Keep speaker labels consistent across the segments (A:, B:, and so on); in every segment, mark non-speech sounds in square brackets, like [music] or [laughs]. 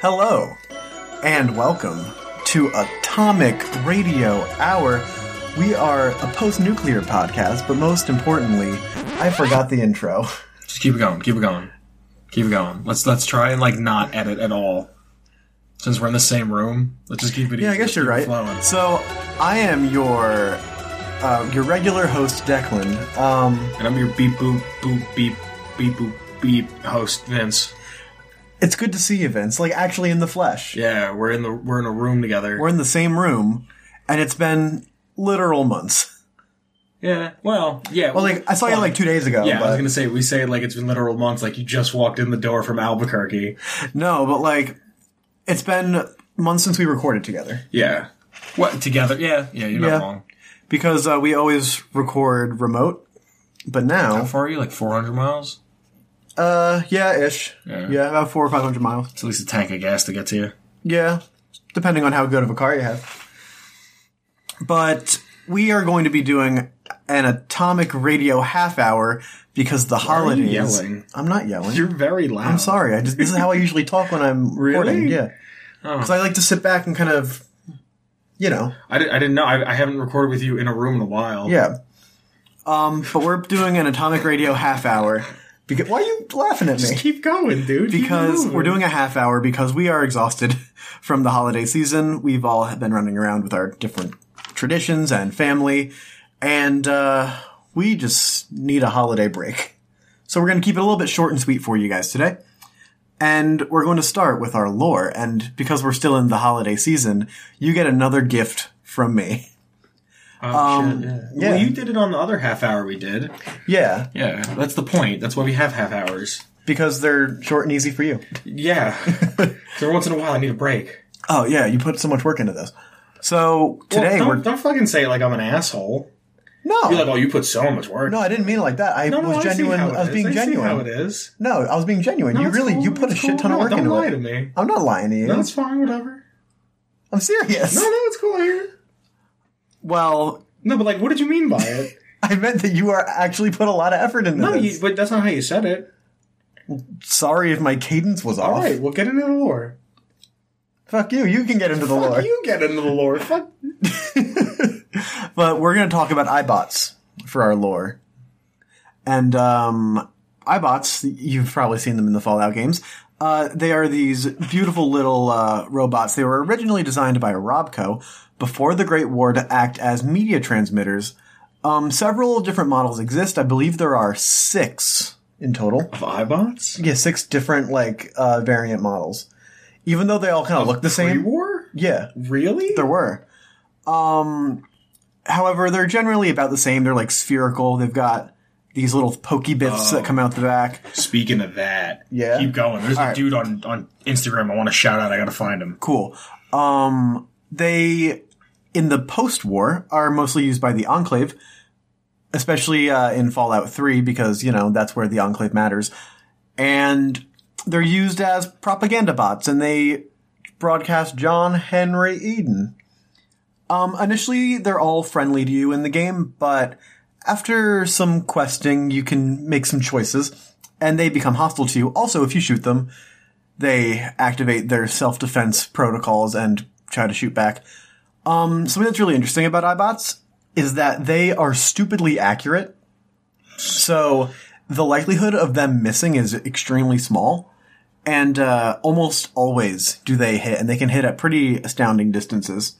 A: Hello, and welcome to Atomic Radio Hour. We are a post nuclear podcast, but most importantly, I forgot the intro.
B: Just keep it going. Keep it going. Keep it going. Let's let's try and like not edit at all. Since we're in the same room, let's just keep
A: [laughs]
B: it.
A: Yeah, I
B: easy,
A: guess
B: keep
A: you're
B: it
A: right.
B: Flowing.
A: So, I am your. Uh, your regular host Declan. Um,
B: And I'm your beep boop boop beep beep boop beep host Vince.
A: it's good to see you, Vince. Like actually in the flesh.
B: Yeah, we're in the we're in a room together.
A: We're in the same room, and it's been literal months.
B: yeah. Well, yeah.
A: Well, like I saw you like two days ago.
B: Yeah, I was
A: but-
B: gonna say we say it like it's been literal months. Like you just walked in the door from Albuquerque.
A: No, but like, it's been months since we recorded together
B: Yeah. What together? Yeah. Yeah. You're not
A: Yeah.
B: wrong.
A: because uh, we always record remote. But
B: How
A: now,
B: far are you? Like 400 miles?
A: uh, yeah, ish,
B: Yeah.
A: yeah, about four or five hundred miles,
B: It's at least a tank of gas to get to you.
A: yeah, depending on how good of a car you have. But we are going to be doing an atomic radio half hour because the
B: are you
A: holidays.
B: yelling?
A: I'm not yelling.
B: You're very loud.
A: I'm sorry. I just this is how I usually talk when I'm
B: Really?
A: recording. Yeah,
B: Oh.
A: because I like to sit back and kind of, you know,
B: I, di- I didn't know. I, I haven't recorded with you in a room in a while.
A: yeah. Um, but we're doing an Atomic Radio half hour. Because why are you laughing at me?
B: Keep going, dude. Keep
A: Because
B: moving.
A: we're doing a half hour because we are exhausted [laughs] from the holiday season. We've all been running around with our different traditions and family, and uh, we just need a holiday break. So we're going to keep it a little bit short and sweet for you guys today. And we're going to start with our lore. And because we're still in the holiday season, you get another gift from me.
B: Oh, shit, yeah.
A: yeah.
B: Well, you did it on the other half hour we did.
A: [laughs] Yeah,
B: Yeah, that's the point. That's why we have half hours.
A: because they're short and easy for you. [laughs]
B: Yeah. so once in a while, I need a break.
A: Oh yeah, you put so much work into this. So
B: Well,
A: today
B: don't,
A: we're
B: don't fucking say it like I'm an asshole.
A: no,
B: You're like, oh, you put so much work.
A: no. I didn't mean it like that. I
B: no, no,
A: was
B: I see
A: genuine.
B: how it
A: I was
B: is.
A: being
B: I see how it
A: genuine.
B: is.
A: No, I was being genuine.
B: No,
A: you
B: it's
A: really
B: cool,
A: you put a
B: it's
A: shit
B: cool.
A: ton of
B: No,
A: work
B: don't
A: into
B: lie
A: it.
B: to me.
A: I'm not lying to you.
B: No, it's fine. Whatever.
A: I'm serious.
B: No, no, it's cool. I hear. it.
A: Well,
B: No, but like, what did you mean
A: [laughs]
B: by it?
A: I meant that you are actually put a lot of effort into
B: no,
A: this.
B: you, but that's not how you said it.
A: Sorry if my cadence was
B: All
A: off.
B: right, we'll get into the lore.
A: Fuck you. You can get into the lore.
B: Fuck you get into the lore. Fuck.
A: But we're going to talk about iBots for our lore. And um, iBots, you've probably seen them in the Fallout games. Uh, they are these beautiful little uh, robots. They were originally designed by Robco before the Great War to act as media transmitters. Um, several different models exist. I believe there are six in total.
B: Of iBots.
A: Yeah, six different like uh, variant models. Even though they all kind of look the same.
B: Pre-war?
A: Yeah.
B: Really?
A: There were. Um, however, they're generally about the same. They're like spherical. They've got these little pokey bits that come out the back.
B: Speaking of that,
A: Yeah.
B: keep going. There's a
A: right.
B: dude on on Instagram. I want to shout out. I gotta find him.
A: Cool. Um, they in the post-war are mostly used by the Enclave, especially uh, in Fallout Three because you know that's where the Enclave matters, and they're used as propaganda bots, and they broadcast John Henry Eden. Um, initially, they're all friendly to you in the game, but after some questing, you can make some choices, and they become hostile to you. Also, if you shoot them, they activate their self defense protocols and try to shoot back. Um, something that's really interesting about iBots is that they are stupidly accurate. So the likelihood of them missing is extremely small. And uh, almost always do they hit, and they can hit at pretty astounding distances.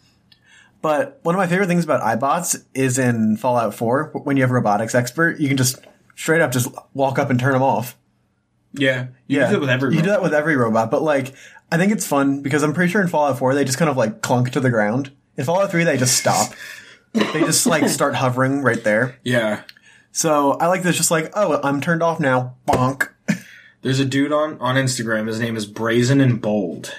A: But one of my favorite things about iBots is in Fallout 4, when you have a robotics expert, you can just straight up just walk up and turn them off.
B: Yeah, you do that with everyone.
A: You do that with every robot, but like I think it's fun because I'm pretty sure in Fallout 4 they just kind of like clunk to the ground. In Fallout 3 they just
B: [laughs]
A: stop. they just like start hovering right there.
B: yeah.
A: So I like this just like, oh I'm turned off now. Bonk.
B: There's a dude on on Instagram. His name is Brazen and Bold.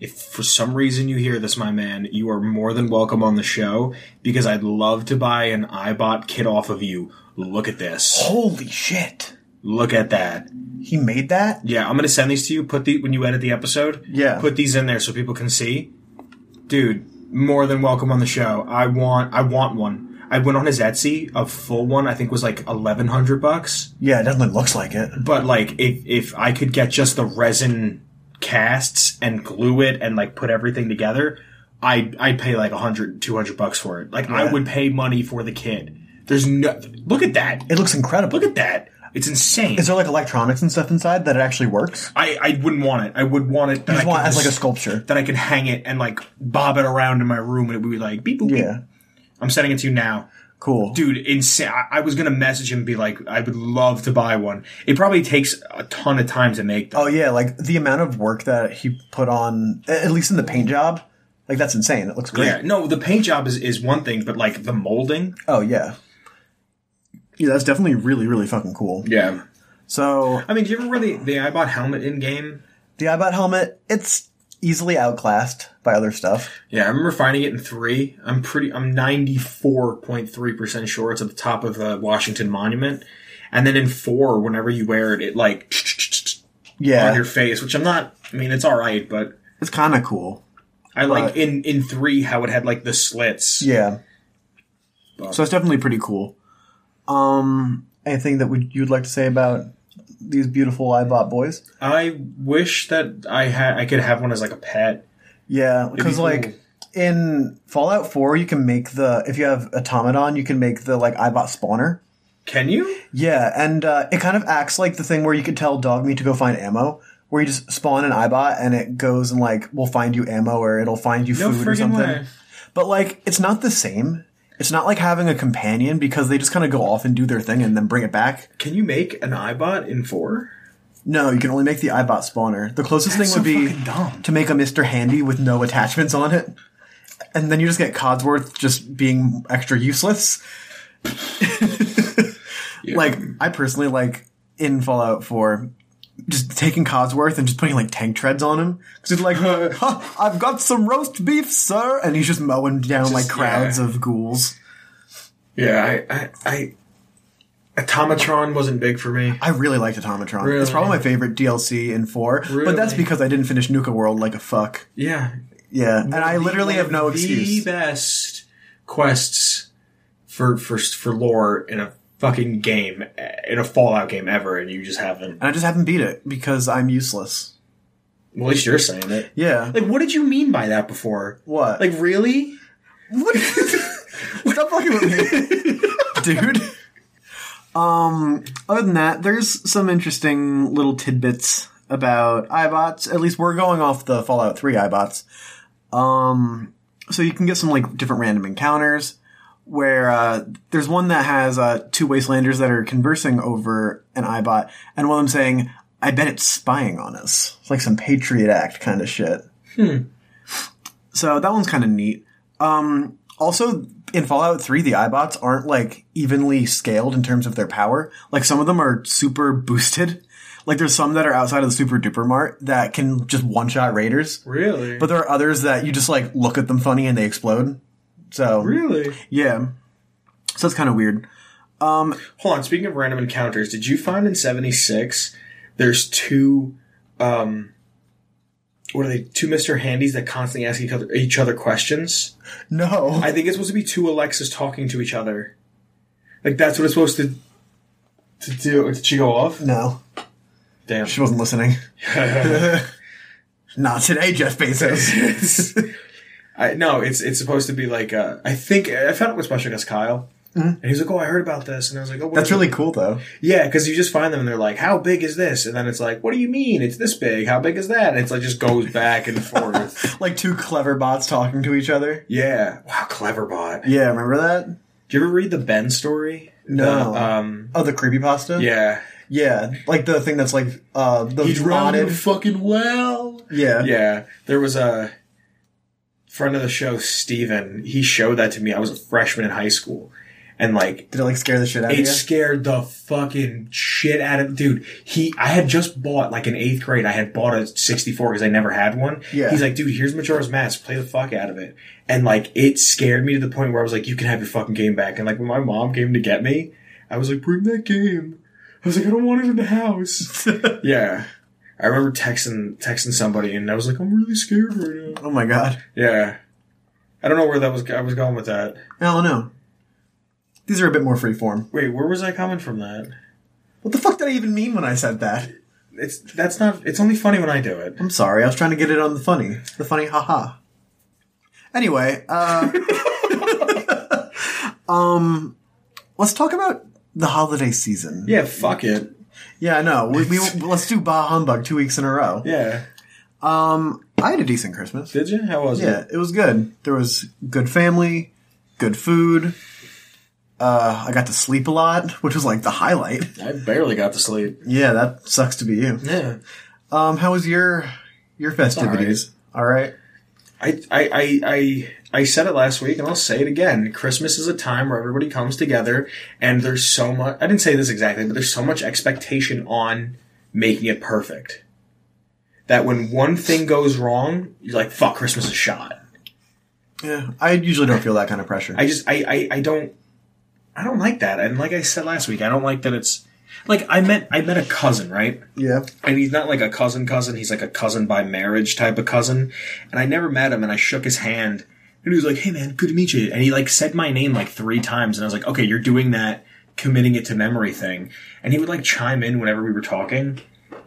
B: If for some reason you hear this, my man, you are more than welcome on the show because I'd love to buy an iBot kit off of you. Look at this.
A: Holy shit.
B: Look at that.
A: He made that?
B: Yeah, I'm gonna send these to you. Put the when you edit the episode.
A: Yeah.
B: Put these in there so people can see. Dude, more than welcome on the show. I want I want one. I went on his Etsy, a full one I think was like eleven hundred bucks.
A: Yeah, it definitely looks like it.
B: But like if if I could get just the resin casts and glue it and like put everything together, I I'd pay like 100 200 bucks for it. Like I
A: Yeah.
B: would pay money for the kid. There's no Look at that.
A: It looks incredible.
B: Look at that. It's insane.
A: Is there like electronics and stuff inside that it actually works?
B: I, I wouldn't want it. I would want it that
A: You
B: I
A: just want
B: could
A: it as like a
B: just-
A: sculpture.
B: that I could hang it and like bob it around in my room and it would be like beep boop beep.
A: Yeah.
B: I'm sending it to you now.
A: Cool.
B: Dude, insane. I, I was gonna message him and be like, I would love to buy one. It probably takes a ton of time to make them.
A: Oh yeah, like the amount of work that he put on, a- at least in the paint job, like that's insane. It looks great.
B: Oh, yeah. No, the paint job is, is one thing, but like the molding.
A: Oh yeah, yeah, that's definitely really really fucking cool.
B: Yeah.
A: So
B: I mean, do you ever wear the, the iBot helmet in game?
A: the iBot helmet, it's easily outclassed by other stuff.
B: Yeah, I remember finding it in three. I'm pretty. I'm 94.3% sure it's at the top of the Washington Monument. And then in four, whenever you wear it, it like on
A: Yeah,
B: your face, which I'm not. I mean, it's all right, but
A: it's kind of cool.
B: I like
A: But-
B: in in three how it had like the slits.
A: Yeah,
B: But-
A: so it's definitely pretty cool. Um, anything that would you'd like to say about these beautiful iBot boys?
B: I wish that I had I could have one as like a pet.
A: Yeah, because
B: cool.
A: like in Fallout Four, you can make the if you have Automaton, you can make the like iBot spawner.
B: Can you?
A: Yeah, and uh, it kind of acts like the thing where you could tell Dogmeat to go find ammo, where you just spawn an iBot and it goes and like will find you ammo or it'll find you
B: No
A: food or
B: freaking
A: something.
B: way.
A: But like, it's not the same. It's not like having a companion because they just kind of go off and do their thing and then bring it back.
B: Can you make an iBot in four?
A: No, you can only make the iBot spawner. The closest
B: That's
A: thing would
B: so
A: be
B: fucking dumb.
A: to make a Mr. Handy with no attachments on it. And then you just get Codsworth just being extra
B: [laughs]
A: useless. Like, I personally like in Fallout 4, just taking Codsworth and just putting like tank treads on him. Because it's
B: [laughs]
A: like, "Huh, I've got some roast beef, sir! And he's just mowing down like crowds
B: yeah.
A: of ghouls.
B: Yeah, I, I, I Automatron wasn't big for me.
A: I really liked Automatron. It's
B: Really?
A: probably my favorite DLC in 4, but that's
B: Really?
A: because I didn't finish Nuka World like a fuck.
B: Yeah,
A: Yeah, and I
B: The-
A: literally
B: one
A: have
B: of
A: no
B: the
A: excuse.
B: best quests for for for lore in a fucking game eh, in a Fallout game ever, and you just haven't.
A: and I just haven't beat it because I'm useless.
B: Well, at least you're saying it.
A: Yeah.
B: Like, what did you mean by that before?
A: What?
B: Like, really?
A: what? Stop fucking with me, dude. [laughs] Um. Other than that, there's some interesting little tidbits about iBots. At least we're going off the Fallout Three iBots. Um. So you can get some like different random encounters. Where uh, there's one that has uh, two wastelanders that are conversing over an iBot, and one of them saying, "I bet it's spying on us." It's like some Patriot Act kind of shit. So that one's kind of neat. Um, also, in Fallout 3, the iBots aren't like evenly scaled in terms of their power. Like some of them are super boosted. Like there's some that are outside of the super duper mart that can just one shot raiders.
B: [laughs] Really?
A: But there are others that you just like look at them funny and they explode. So
B: really?
A: yeah. So that's kind of weird.
B: Hold on. Speaking of random encounters, did you find in '76 there's two, um, what are they? Two Mister Handys that constantly ask each other each other questions.
A: No.
B: I think it's supposed to be two Alexas talking to each other. Like that's what it's supposed to to do. Did she go off?
A: no.
B: [laughs] Damn.
A: She wasn't listening. Not today, Jeff Bezos.
B: I, no, it's it's supposed to be like uh, I think I found it with Special Guest Kyle, and he's like, "Oh, I heard about this," and I was like, "Oh,
A: [laughs]
B: what
A: That's
B: is it?"
A: really cool though.
B: yeah," because you just find them and they're like, "How big is this?" And then it's like, "What do you mean? It's this big? How big is that?" And it's like just goes back and [laughs] forth.
A: Like two clever bots talking to each other.
B: yeah, wow, clever bot. Did
A: Yeah, remember that?
B: you ever read the Ben story?
A: No.
B: The, um,
A: Oh, the creepypasta?
B: yeah,
A: Yeah. Like the thing that's like, uh, the rotted.
B: fucking well.
A: yeah.
B: Yeah, there was a friend of the show, Steven. He showed that to me. I was a freshman in high school, and like
A: Did it like scare the shit out
B: it
A: of you?
B: scared the fucking shit out of dude. He, I had just bought like in eighth grade. I had bought a sixty four because I never had one.
A: Yeah.
B: he's like, dude, here's Majora's Mask. Play the fuck out of it, and like it scared me to the point where I was like, you can have your fucking game back. And like when my mom came to get me, I was like, bring that game. I was like, I don't want it in
A: [laughs]
B: the house. yeah. I remember texting texting somebody, and I was like, "I'm really scared right now."
A: Oh my god.
B: Yeah, I don't know where that was. I was going with that.
A: I don't know. These are a bit more freeform.
B: Wait, where was I coming from? That
A: What the fuck did I even mean when I said that?
B: It's that's not. It's only funny when I do it.
A: I'm sorry. I was trying to get it on the funny. The funny haha. Anyway, uh, [laughs] um, let's talk about the holiday season.
B: Yeah, fuck it.
A: Yeah, I know. We, we, let's do Bah Humbug two weeks in a row.
B: Yeah.
A: I had a decent Christmas.
B: Did you? How was
A: Yeah,
B: it?
A: it was good. There was good family, good food. Uh, I got to sleep a lot, [laughs] which was like the highlight.
B: I barely got to sleep.
A: Yeah, that sucks to be you.
B: Yeah.
A: Um, how was your your festivities? All right.
B: I, I, I, I, I said it last week and I'll say it again. Christmas is a time where everybody comes together and there's so much, I didn't say this exactly, but there's so much expectation on making it perfect. That when one thing goes wrong, you're like, fuck, Christmas is shot.
A: Yeah, I usually don't feel that kind of pressure.
B: I just, I, I, I don't, I don't like that. And like I said last week, I don't like that it's, like I met, I met a cousin, right?
A: yeah.
B: and he's not like a cousin cousin he's like a cousin by marriage type of cousin and i never met him and i shook his hand and he was like hey man good to meet you and he like said my name like three times and i was like okay you're doing that committing it to memory thing and he would like chime in whenever we were talking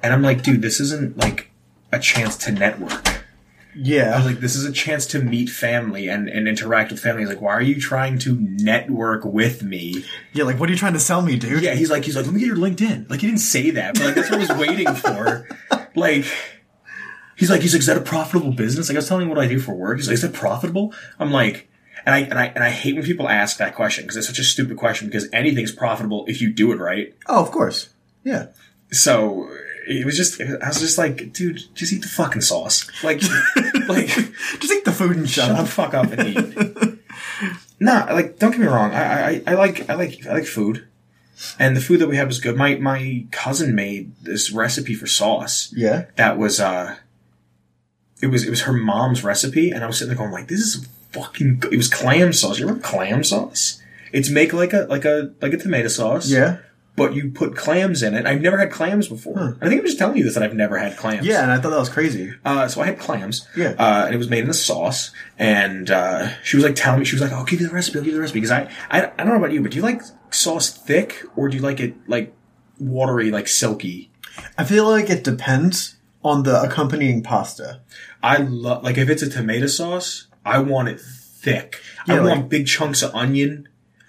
B: and i'm like dude this isn't like a chance to network I
A: Yeah.
B: was like, this is a chance to meet family and, and interact with family. He's like, why are you trying to network with me?
A: Yeah, like what are you trying to sell me, dude?
B: Yeah, he's like, he's like, let me get your LinkedIn. Like he didn't say that, but like that's what I was waiting for. Like he's like, he's like, is that a profitable business? Like I was telling him what I do for work. He's like, is that profitable? I'm like, and I and I and I hate when people ask that question because it's such a stupid question because anything's profitable if you do it right.
A: Oh, of course. Yeah. [laughs]
B: So it was just, I was just like, dude, just eat the fucking sauce. Like, like
A: Just eat the food and shut,
B: shut the
A: up.
B: fuck up and eat. [laughs] nah, like don't get me wrong. I, I I like I like I like food, and the food that we had was good. My my cousin made this recipe for sauce
A: Yeah.
B: that was uh, it was it was her mom's recipe, and I was sitting there going like, this is fucking. Good. It was clam sauce. You remember clam sauce? It's make like a like a like a tomato sauce.
A: Yeah.
B: But you put clams in it. I've never had clams before. I think I'm just telling you this that I've never had clams.
A: Yeah, and I thought that was crazy.
B: Uh, so I had clams.
A: Yeah.
B: Uh, and it was made in a sauce. And uh, she was like telling me, she was like, "I'll give you the recipe. I'll give you the recipe." Because I, I, I don't know about you, but do you like sauce thick or do you like it like watery, like silky?
A: I feel like it depends on the accompanying pasta.
B: I love like if it's a tomato sauce, I want it thick. I
A: Yeah, like-
B: want big chunks of onion.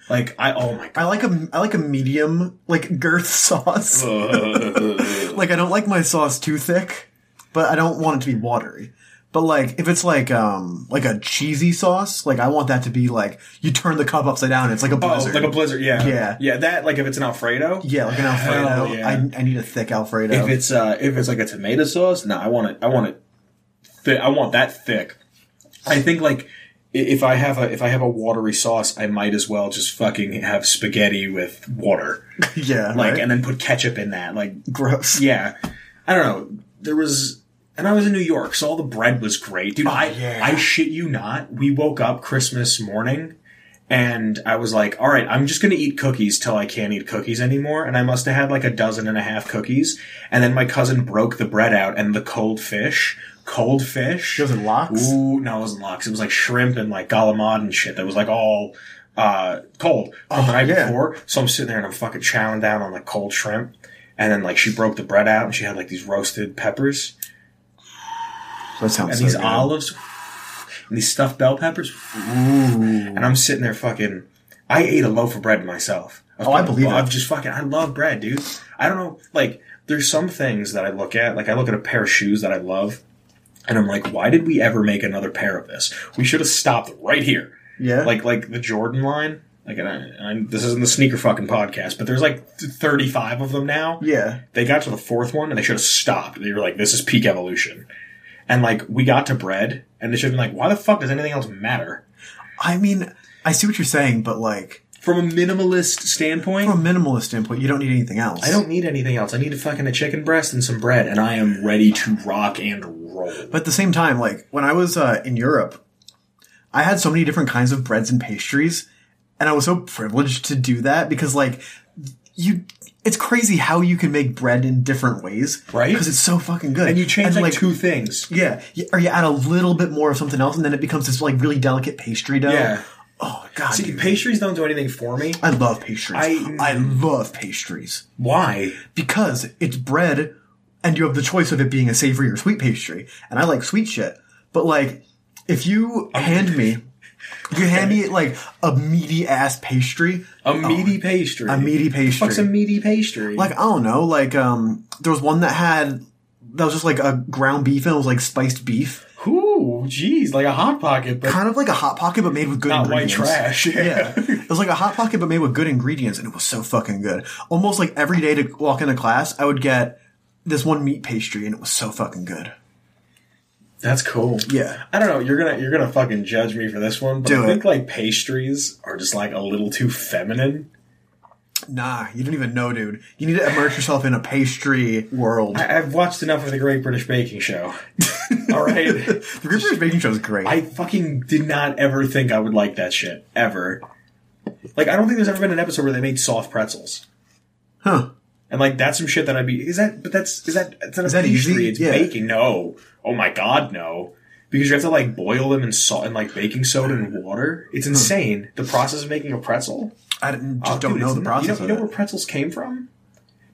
B: Like I, oh my
A: [laughs] I like a I like a medium like girth [laughs] sauce.
B: god.
A: Like I don't like my sauce too thick, but I don't want it to be watery. But like if it's like um like a cheesy sauce, like I want that to be like you turn the cup upside down, and it's like a
B: Oh,
A: blizzard.
B: like a blizzard, yeah,
A: Yeah.
B: yeah. That like if it's an Alfredo,
A: yeah, like an Alfredo.
B: Hell yeah.
A: I, I need a thick Alfredo.
B: If it's uh, if it's like a tomato sauce, no, I want it. I want it. Thi- I want that thick. I think like i- if I have a if I have a watery sauce, I might as well just fucking have spaghetti with water,
A: [laughs] yeah,
B: like,
A: right?
B: and then put ketchup in that. Like,
A: gross.
B: [laughs] yeah, I don't know. There was. And I was in New York, so all the bread was great, dude. I
A: Oh, yeah.
B: I shit you not. We woke up Christmas morning, and I was like, all right, I'm just going to eat cookies till I can't eat cookies anymore. And I must have had like a dozen and a half cookies. And then my cousin broke the bread out and the cold fish, cold fish.
A: Those are lox?
B: Ooh, no, it wasn't lox. It was like shrimp and like galamad and shit that was like all uh, cold from the night
A: Oh, yeah.
B: before. So I'm sitting there and I'm fucking chowing down on like cold shrimp. And then like she broke the bread out and she had like these roasted peppers
A: That sounds
B: and
A: so
B: these
A: good.
B: olives and these stuffed bell peppers. And I'm sitting there fucking. I ate a loaf of bread myself.
A: Oh, I believe it.
B: I'm just fucking. I love bread, dude. I don't know. Like, there's some things that I look at. Like, I look at a pair of shoes that I love, and I'm like, why did we ever make another pair of this? We should have stopped right here.
A: Yeah,
B: Like, like the Jordan line. Like, and I, and this isn't the sneaker fucking podcast, but there's like 35 of them now
A: yeah,
B: they got to the fourth one and they should have stopped. They were like, this is peak evolution. And like, we got to bread and they should have been like, why the fuck does anything else matter?
A: I mean, I see what you're saying, but like
B: From a minimalist standpoint,
A: from a minimalist standpoint, you don't need anything else.
B: I don't need anything else. I need a fucking a chicken breast and some bread and I am ready to rock and roll.
A: But at the same time, like when I was uh, in Europe, I had so many different kinds of breads and pastries, and I was so privileged to do that because like you, it's crazy how you can make bread in different ways,
B: Right.
A: Because it's so fucking good,
B: and you change like, two things.
A: yeah, y- or you add a little bit more of something else, and then it becomes this like really delicate pastry dough.
B: Yeah.
A: Oh god,
B: See,
A: dude.
B: pastries don't do anything for me.
A: I love pastries.
B: I-
A: I love pastries
B: Why?
A: because it's bread and you have the choice of it being a savory or sweet pastry. And I like sweet shit, but like if you hand me, if you hand
B: [laughs]
A: me like a meaty ass pastry,
B: A meaty pastry.
A: a meaty pastry,
B: What's Oh, a meaty pastry?
A: like I don't know, like um, there was one that had that was just like a ground beef and it was like spiced beef,
B: Ooh, jeez, like a hot pocket, but
A: kind of like a hot pocket but made with good
B: not white
A: ingredients.
B: trash. [laughs]
A: Yeah, it was like a hot pocket, but made with good ingredients, and it was so fucking good. Almost like every day to walk into class, I would get this one meat pastry, and it was so fucking good.
B: That's cool.
A: Yeah.
B: I don't know. You're gonna you're gonna fucking judge me for this one, but
A: Do
B: I
A: it.
B: think like pastries are just like a little too feminine.
A: Nah, you don't even know, dude. You need to immerse yourself in a pastry world.
B: I- I've watched enough of the Great British Baking Show. All
A: [laughs]
B: right,
A: The Great British Baking Show is great.
B: I fucking did not ever think I would like that shit ever. Like I don't think there's ever been an episode where they made soft pretzels.
A: huh?
B: And like that's some shit that I'd be is that but that's is that it's not
A: Is
B: a
A: that
B: pastry,
A: easy?
B: it's
A: Yeah.
B: baking. No. Oh my god, no. Because you have to like boil them in salt and like baking soda and water. It's insane. The process of making a pretzel.
A: Hmm. I didn't, just
B: Oh,
A: don't
B: dude,
A: know
B: it's
A: the
B: not- you
A: process.
B: You know,
A: of it.
B: where pretzels came from?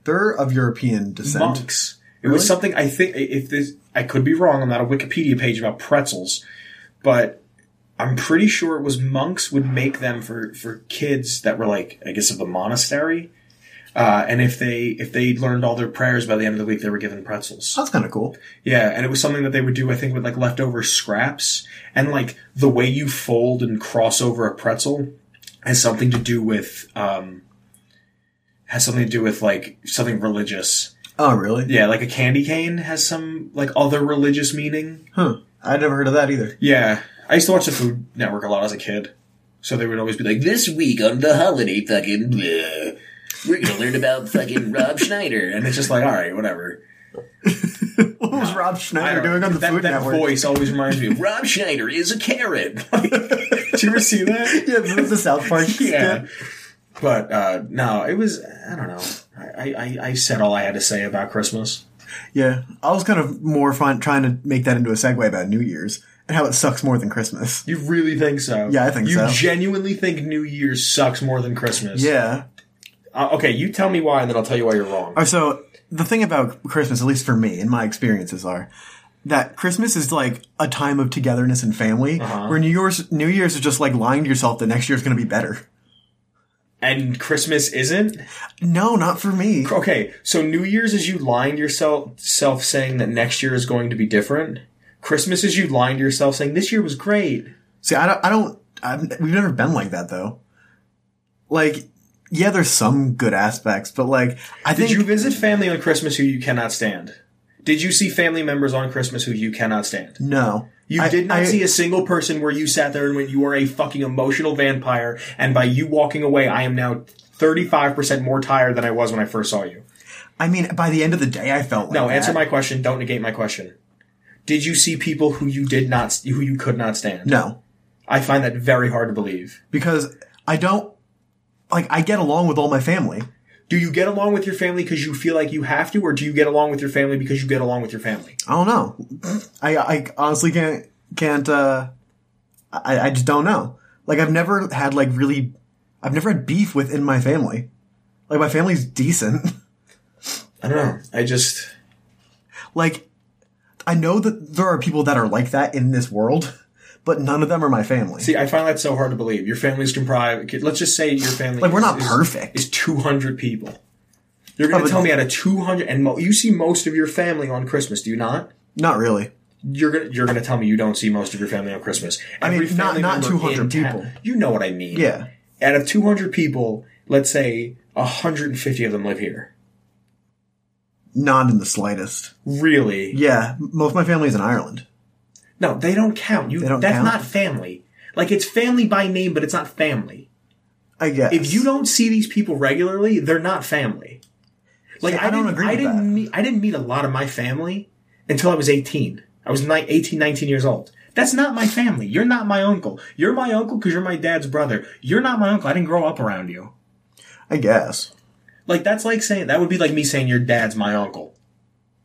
A: They're of European descent.
B: Monks. It
A: Really?
B: was something I think if this I could be wrong, I'm not a Wikipedia page about pretzels, but I'm pretty sure it was monks would make them for for kids that were like I guess of the monastery. Uh, and if they if they learned all their prayers by the end of the week, they were given pretzels.
A: That's kind of cool.
B: Yeah, and it was something that they would do, I think, with like leftover scraps. And like the way you fold and cross over a pretzel has something to do with, um, has something to do with like something religious.
A: Oh, really?
B: Yeah, like a candy cane has some like other religious meaning.
A: Huh? I'd never heard of that either.
B: Yeah. I used to watch the Food Network a lot as a kid. So they would always be like,
C: This week on the holiday fucking blah, we're gonna learn about fucking Rob Schneider
B: and
C: and
B: it's just like, all right, whatever.
A: [laughs] What was [laughs] Rob
B: I
A: Schneider
B: don't know.
A: doing on the
B: that,
A: Food
B: that
A: Network?
B: voice always reminds me of.
C: Rob Schneider is a carrot.
B: Did you ever see that?
A: [laughs] [laughs] Yeah, this is the South Park.
B: yeah.
A: skit.
B: But uh, no, it was I don't know. I, I, I said all I had to say about Christmas.
A: Yeah, I was kind of more fun trying to make that into a segue about New Year's and how it sucks more than Christmas.
B: You really think so?
A: Yeah, I think
B: you
A: so.
B: You genuinely think New Year's sucks more than Christmas?
A: Yeah.
B: Uh, okay, you tell me why, and then I'll tell you why you're wrong.
A: All right, Oh, so the thing about Christmas, at least for me and my experiences, are that Christmas is like a time of togetherness and family,
B: Uh-huh.
A: where New Year's New Year's is just like lying to yourself that next year's going to be better.
B: And Christmas isn't.
A: No, not for me.
B: Okay, so New Year's is you lying to yourself, self saying that next year is going to be different. Christmas is you lying to yourself saying this year was great.
A: See, I don't. I don't I've, we've never been like that though. Like, yeah, there's some good aspects, but like, I
B: Did
A: think
B: you visit family on Christmas who you cannot stand? Did you see family members on Christmas who you cannot stand?
A: no,
B: You
A: I-
B: did not
A: I-
B: see a single person where you sat there and went, "You are a fucking emotional vampire," and by you walking away, I am now thirty-five percent more tired than I was when I first saw you.
A: I mean, by the end of the day, I felt like
B: No, answer
A: that.
B: my question. Don't negate my question. Did you see people who you did not, who you could not stand?
A: no.
B: I find that very hard to believe.
A: because I don't like I get along with all my family.
B: Do you get along with your family because you feel like you have to, or do you get along with your family because you get along with your family?
A: I don't know. I I honestly can't can't uh I I just don't know. Like I've never had like really I've never had beef within my family. Like my family's decent. [laughs]
B: I don't know. I just
A: like I know that there are people that are like that in this world, but none of them are my family.
B: see. I find that so hard to believe. Your family's comprised. Let's just say your family.
A: like we're
B: is-
A: not
B: is-
A: perfect.
B: is 200 people. You're going
A: Oh, but-
B: to tell me out of 200 and mo- you see most of your family on Christmas, do you not?
A: Not really.
B: You're going to you're going to tell me you don't see most of your family on Christmas.
A: I mean,
B: Every
A: not-
B: family
A: not
B: member
A: 200
B: in town-
A: people.
B: you know what I mean.
A: Yeah.
B: Out of 200 people, let's say 150 of them live here.
A: Not in the slightest.
B: Really?
A: Yeah, m- most of my family is in Ireland.
B: No, they don't count. You
A: They don't
B: that's
A: count?
B: not family. Like it's family by name, but it's not family.
A: I guess.
B: If you don't see these people regularly, they're not family. Like
A: See,
B: I, don't agree. I
A: with
B: didn't.
A: that.
B: Meet, I didn't meet a lot of my family until I was eighteen. I was ni- 18, 19 years old. That's not my family. You're not my uncle. You're my uncle because you're my dad's brother. You're not my uncle. I didn't grow up around you.
A: I guess.
B: Like that's like saying that would be like me saying your dad's my uncle.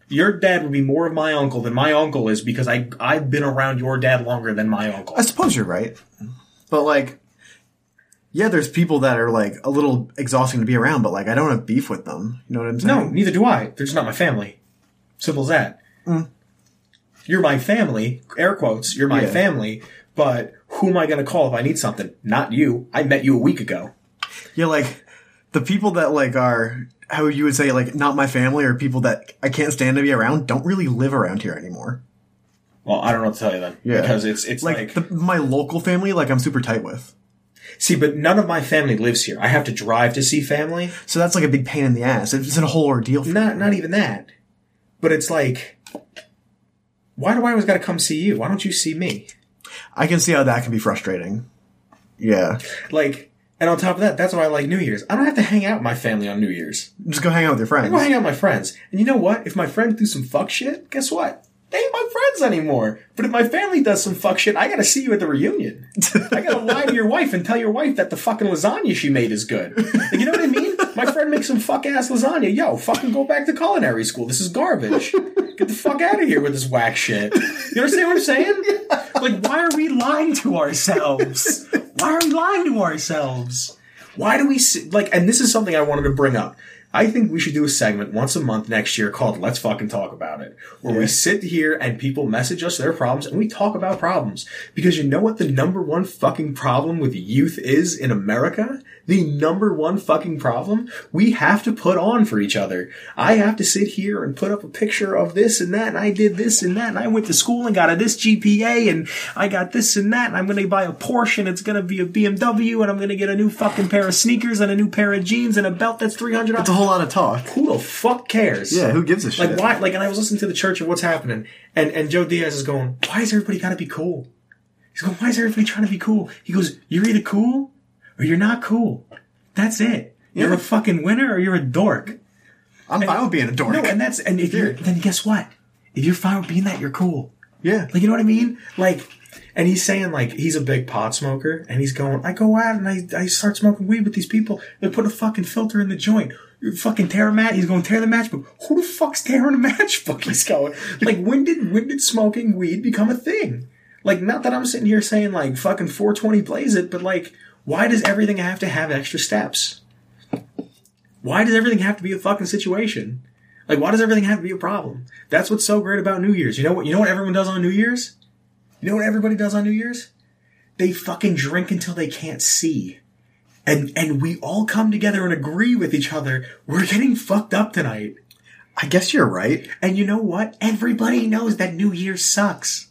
B: Your dad would be more of my uncle than my uncle is because I I've been around your dad longer than my uncle.
A: I suppose you're right. But like yeah, there's people that are like a little exhausting to be around, but like I don't have beef with them. You know what I'm saying?
B: No, neither do I. They're just not my family. Simple as that.
A: Mm.
B: You're my family, air quotes, you're my
A: Yeah.
B: family, but who am I going to call if I need something? Not you. I met you a week ago.
A: Yeah, like the people that like are how you would say like not my family or people that I can't stand to be around don't really live around here anymore.
B: Well, I don't know what to tell you then.
A: Yeah.
B: Because it's, it's like,
A: Like, the, my local family, like I'm super tight with.
B: see, but none of my family lives here. I have to drive to see family.
A: So that's like a big pain in the ass. It's a whole ordeal. For
B: Not, not even that. But it's like, why do I always got to come see you? Why don't you see me?
A: I can see how that can be frustrating. Yeah,
B: Like, and on top of that, that's why I like New Year's. I don't have to hang out with my family on New Year's.
A: just go hang out with your
B: I go
A: friends.
B: hang out with my friends. And you know what? If my friend do some fuck shit, guess what? They ain't my friends anymore. But if my family does some fuck shit, I gotta see you at the reunion. I gotta lie to your wife and tell your wife that the fucking lasagna she made is good. Like, you know what I mean? My friend makes some fuck ass lasagna. Yo, fucking go back to culinary school. This is garbage. Get the fuck out of here with this whack shit. You understand what I'm saying? Like, why are we lying to ourselves? Why are we lying to ourselves? Why do we s like? And this is something I wanted to bring up. I think we should do a segment once a month next year called "Let's fucking talk about it," where we sit here and people message us their problems and we talk about problems. Because you know what the number one fucking problem with youth is in America? The number one fucking problem we have to put on for each other. I have to sit here and put up a picture of this and that, and I did this and that, and I went to school and got a this GPA, and I got this and that, and I'm gonna buy a Porsche, and it's gonna be a BMW, and I'm gonna get a new fucking pair of sneakers and a new pair of jeans and a belt that's three hundred
A: It's a whole lot of talk.
B: who the fuck cares?
A: Yeah, who gives a shit?
B: Like why? Like, and I was listening to the church of what's happening, and and Joe Diaz is going, "Why is everybody got to be cool?" He's going, "Why is everybody trying to be cool?" He goes, "You're either cool or you're not cool. That's it. You're a fucking winner or you're a dork.
A: I'm fine with being a dork.
B: No, and that's and if you're then guess what? If you're fine with being that, you're cool.
A: yeah,
B: Like, you know what I mean? Like, and he's saying, like, he's a big pot smoker, and he's going, I go out and I, I start smoking weed with these people. They put a fucking filter in the joint. You fucking tear a match. He's going to tear the matchbook. Who the fuck's tearing a matchbook? [laughs] He's going, like, when did, when did smoking weed become a thing? Like, not that I'm sitting here saying, like, fucking 420 blaze it, but, like, why does everything have to have extra steps? Why does everything have to be a fucking situation? Like, why does everything have to be a problem? That's what's so great about New Year's. You know what? You know what everyone does on New Year's? You know what everybody does on New Year's? They fucking drink until they can't see. And and we all come together and agree with each other. We're getting fucked up tonight.
A: I guess you're right.
B: And you know what? Everybody knows that New Year sucks.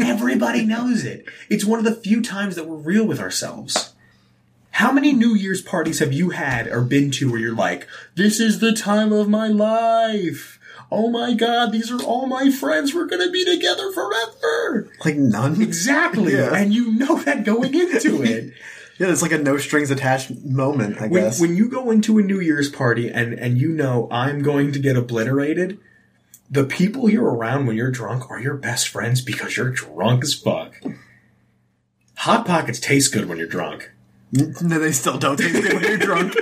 B: Everybody knows it. It's one of the few times that we're real with ourselves. How many New Year's parties have you had or been to where you're like, this is the time of my life? Oh my god, these are all my friends. We're gonna be together forever.
A: Like none.
B: Exactly.
A: Yeah.
B: And you know that going into it.
A: Yeah, it's like a no strings attached moment. I
B: when,
A: guess.
B: when you go into a New Year's party and, and you know I'm going to get obliterated, the people you're around when you're drunk are your best friends because you're drunk as fuck. Hot pockets taste good when you're drunk.
A: no, they still don't taste good when you're
B: [laughs]
A: drunk.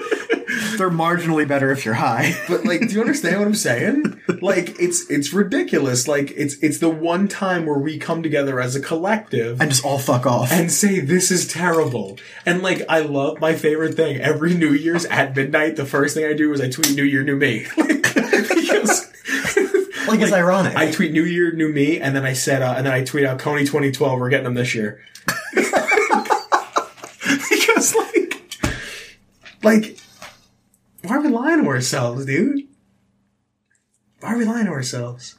A: They're marginally better if you're high.
B: But like, do you understand what I'm saying? Like, it's it's ridiculous. Like, it's it's the one time where we come together as a collective
A: and just all fuck off.
B: and say this is terrible. And like I love my favorite thing. Every New Year's at midnight, the first thing I do is I tweet New Year, New Me. [laughs] Because-
A: like, it's ironic.
B: I tweet New Year, New Me, and then I said, uh, and then I tweet out Coney 2012. We're getting them this year. [laughs] because like, like, why are we lying to ourselves, dude? Why are we lying to ourselves?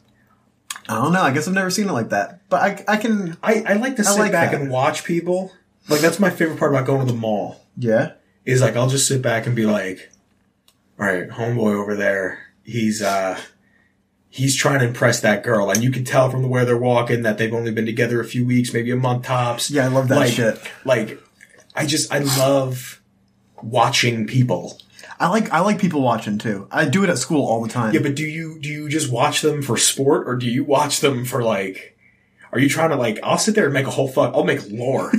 A: I don't know. I guess I've never seen it like that. But I, I can.
B: I, I like to sit
A: like
B: back
A: that.
B: and watch people. Like that's my favorite part about going to the mall.
A: Yeah.
B: is like I'll just sit back and be like, all right, homeboy over there, he's uh he's trying to impress that girl, and you can tell from the way they're walking that they've only been together a few weeks, maybe a month tops.
A: Yeah, I love that
B: like,
A: shit.
B: Like, I just I love watching people.
A: I like I like people watching too. I do it at school all the time.
B: Yeah, but do you do you just watch them for sport, or do you watch them for like? Are you trying to like? I'll sit there and make a whole fuck. I'll
A: [laughs]
B: make lore.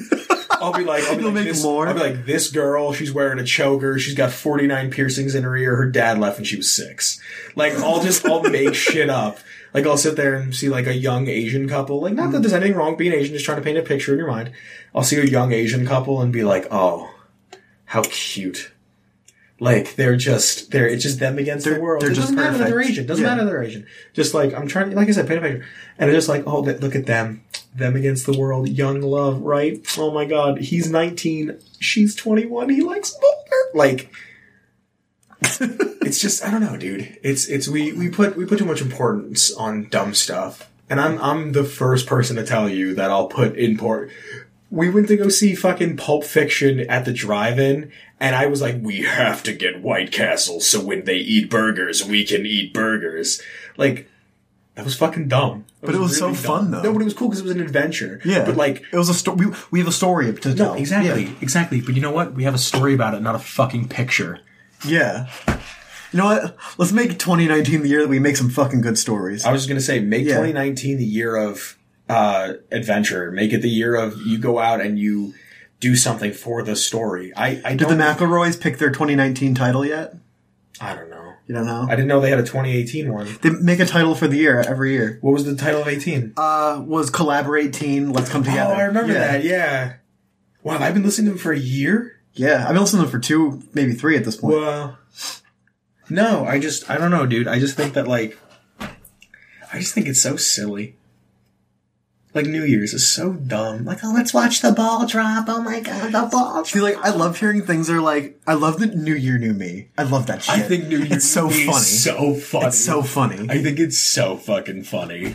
B: I'll be like, I'll be
A: You'll
B: like
A: make
B: this,
A: lore?
B: I'll be like this girl. She's wearing a choker. She's got forty nine piercings in her ear. Her dad left when she was six. Like I'll just
A: [laughs]
B: I'll make shit up. Like I'll sit there and see like a young Asian couple. Like
A: Mm.
B: not that there's anything wrong with being Asian. Just trying to paint a picture in your mind. I'll see a young Asian couple and be like, oh, how cute. Like they're just they're it's just them against the
A: They're-
B: world.
A: they're
B: it
A: just
B: doesn't matter that they're
A: perfect.
B: Asian. Doesn't
A: Yeah.
B: matter that they're Asian. Just like I'm trying, like I said, paint a picture, and it's just like oh, that- look at them, them against the world, young love, right? Oh my God, he's 19, she's 21, he likes Boulder. Like it's just I don't know, dude. It's it's we we put we put too much importance on dumb stuff, and I'm I'm the first person to tell you that I'll put import. We went to go see fucking Pulp Fiction at the drive-in, and I was like, "We have to get White Castle, so when they eat burgers, we can eat burgers." Like that was fucking dumb.
A: But it was so fun, though.
B: No, but it was cool because it was an adventure.
A: Yeah,
B: but like
A: it was a story. We, we have a story to tell.
B: no, exactly,
A: Yeah.
B: exactly. But you know what? We have a story about it, not a fucking picture.
A: Yeah. You know what? Let's make 2019 the year that we make some fucking good stories.
B: I was just gonna say, make
A: Yeah.
B: 2019 the year of uh, adventure. Make it the year of you go out and you do something for the story. I, I
A: Did
B: don't
A: the McElroys pick their 2019 title yet?
B: I don't know.
A: You don't know.
B: I didn't know they had a 2018 one.
A: they make a title for the year every year.
B: What was the title of 18?
A: Uh, was collaborate teen? Let's come
B: oh,
A: together.
B: I remember
A: Yeah.
B: that. Yeah. Wow, I've been listening to them for a year.
A: Yeah, I've been listening to them for two, maybe three at this point.
B: Well, no, I just I don't know, dude. I just think that like I just think it's so silly. Like New Year's is so dumb. Like, oh, let's watch the ball drop. Oh my god, the ball drop.
A: See, like, I love hearing things that are like, I love the New Year, New Me. I love that shit.
B: I think New Year's
A: It's so
B: Eve is
A: funny.
B: So funny.
A: It's so funny.
B: I think it's so fucking funny.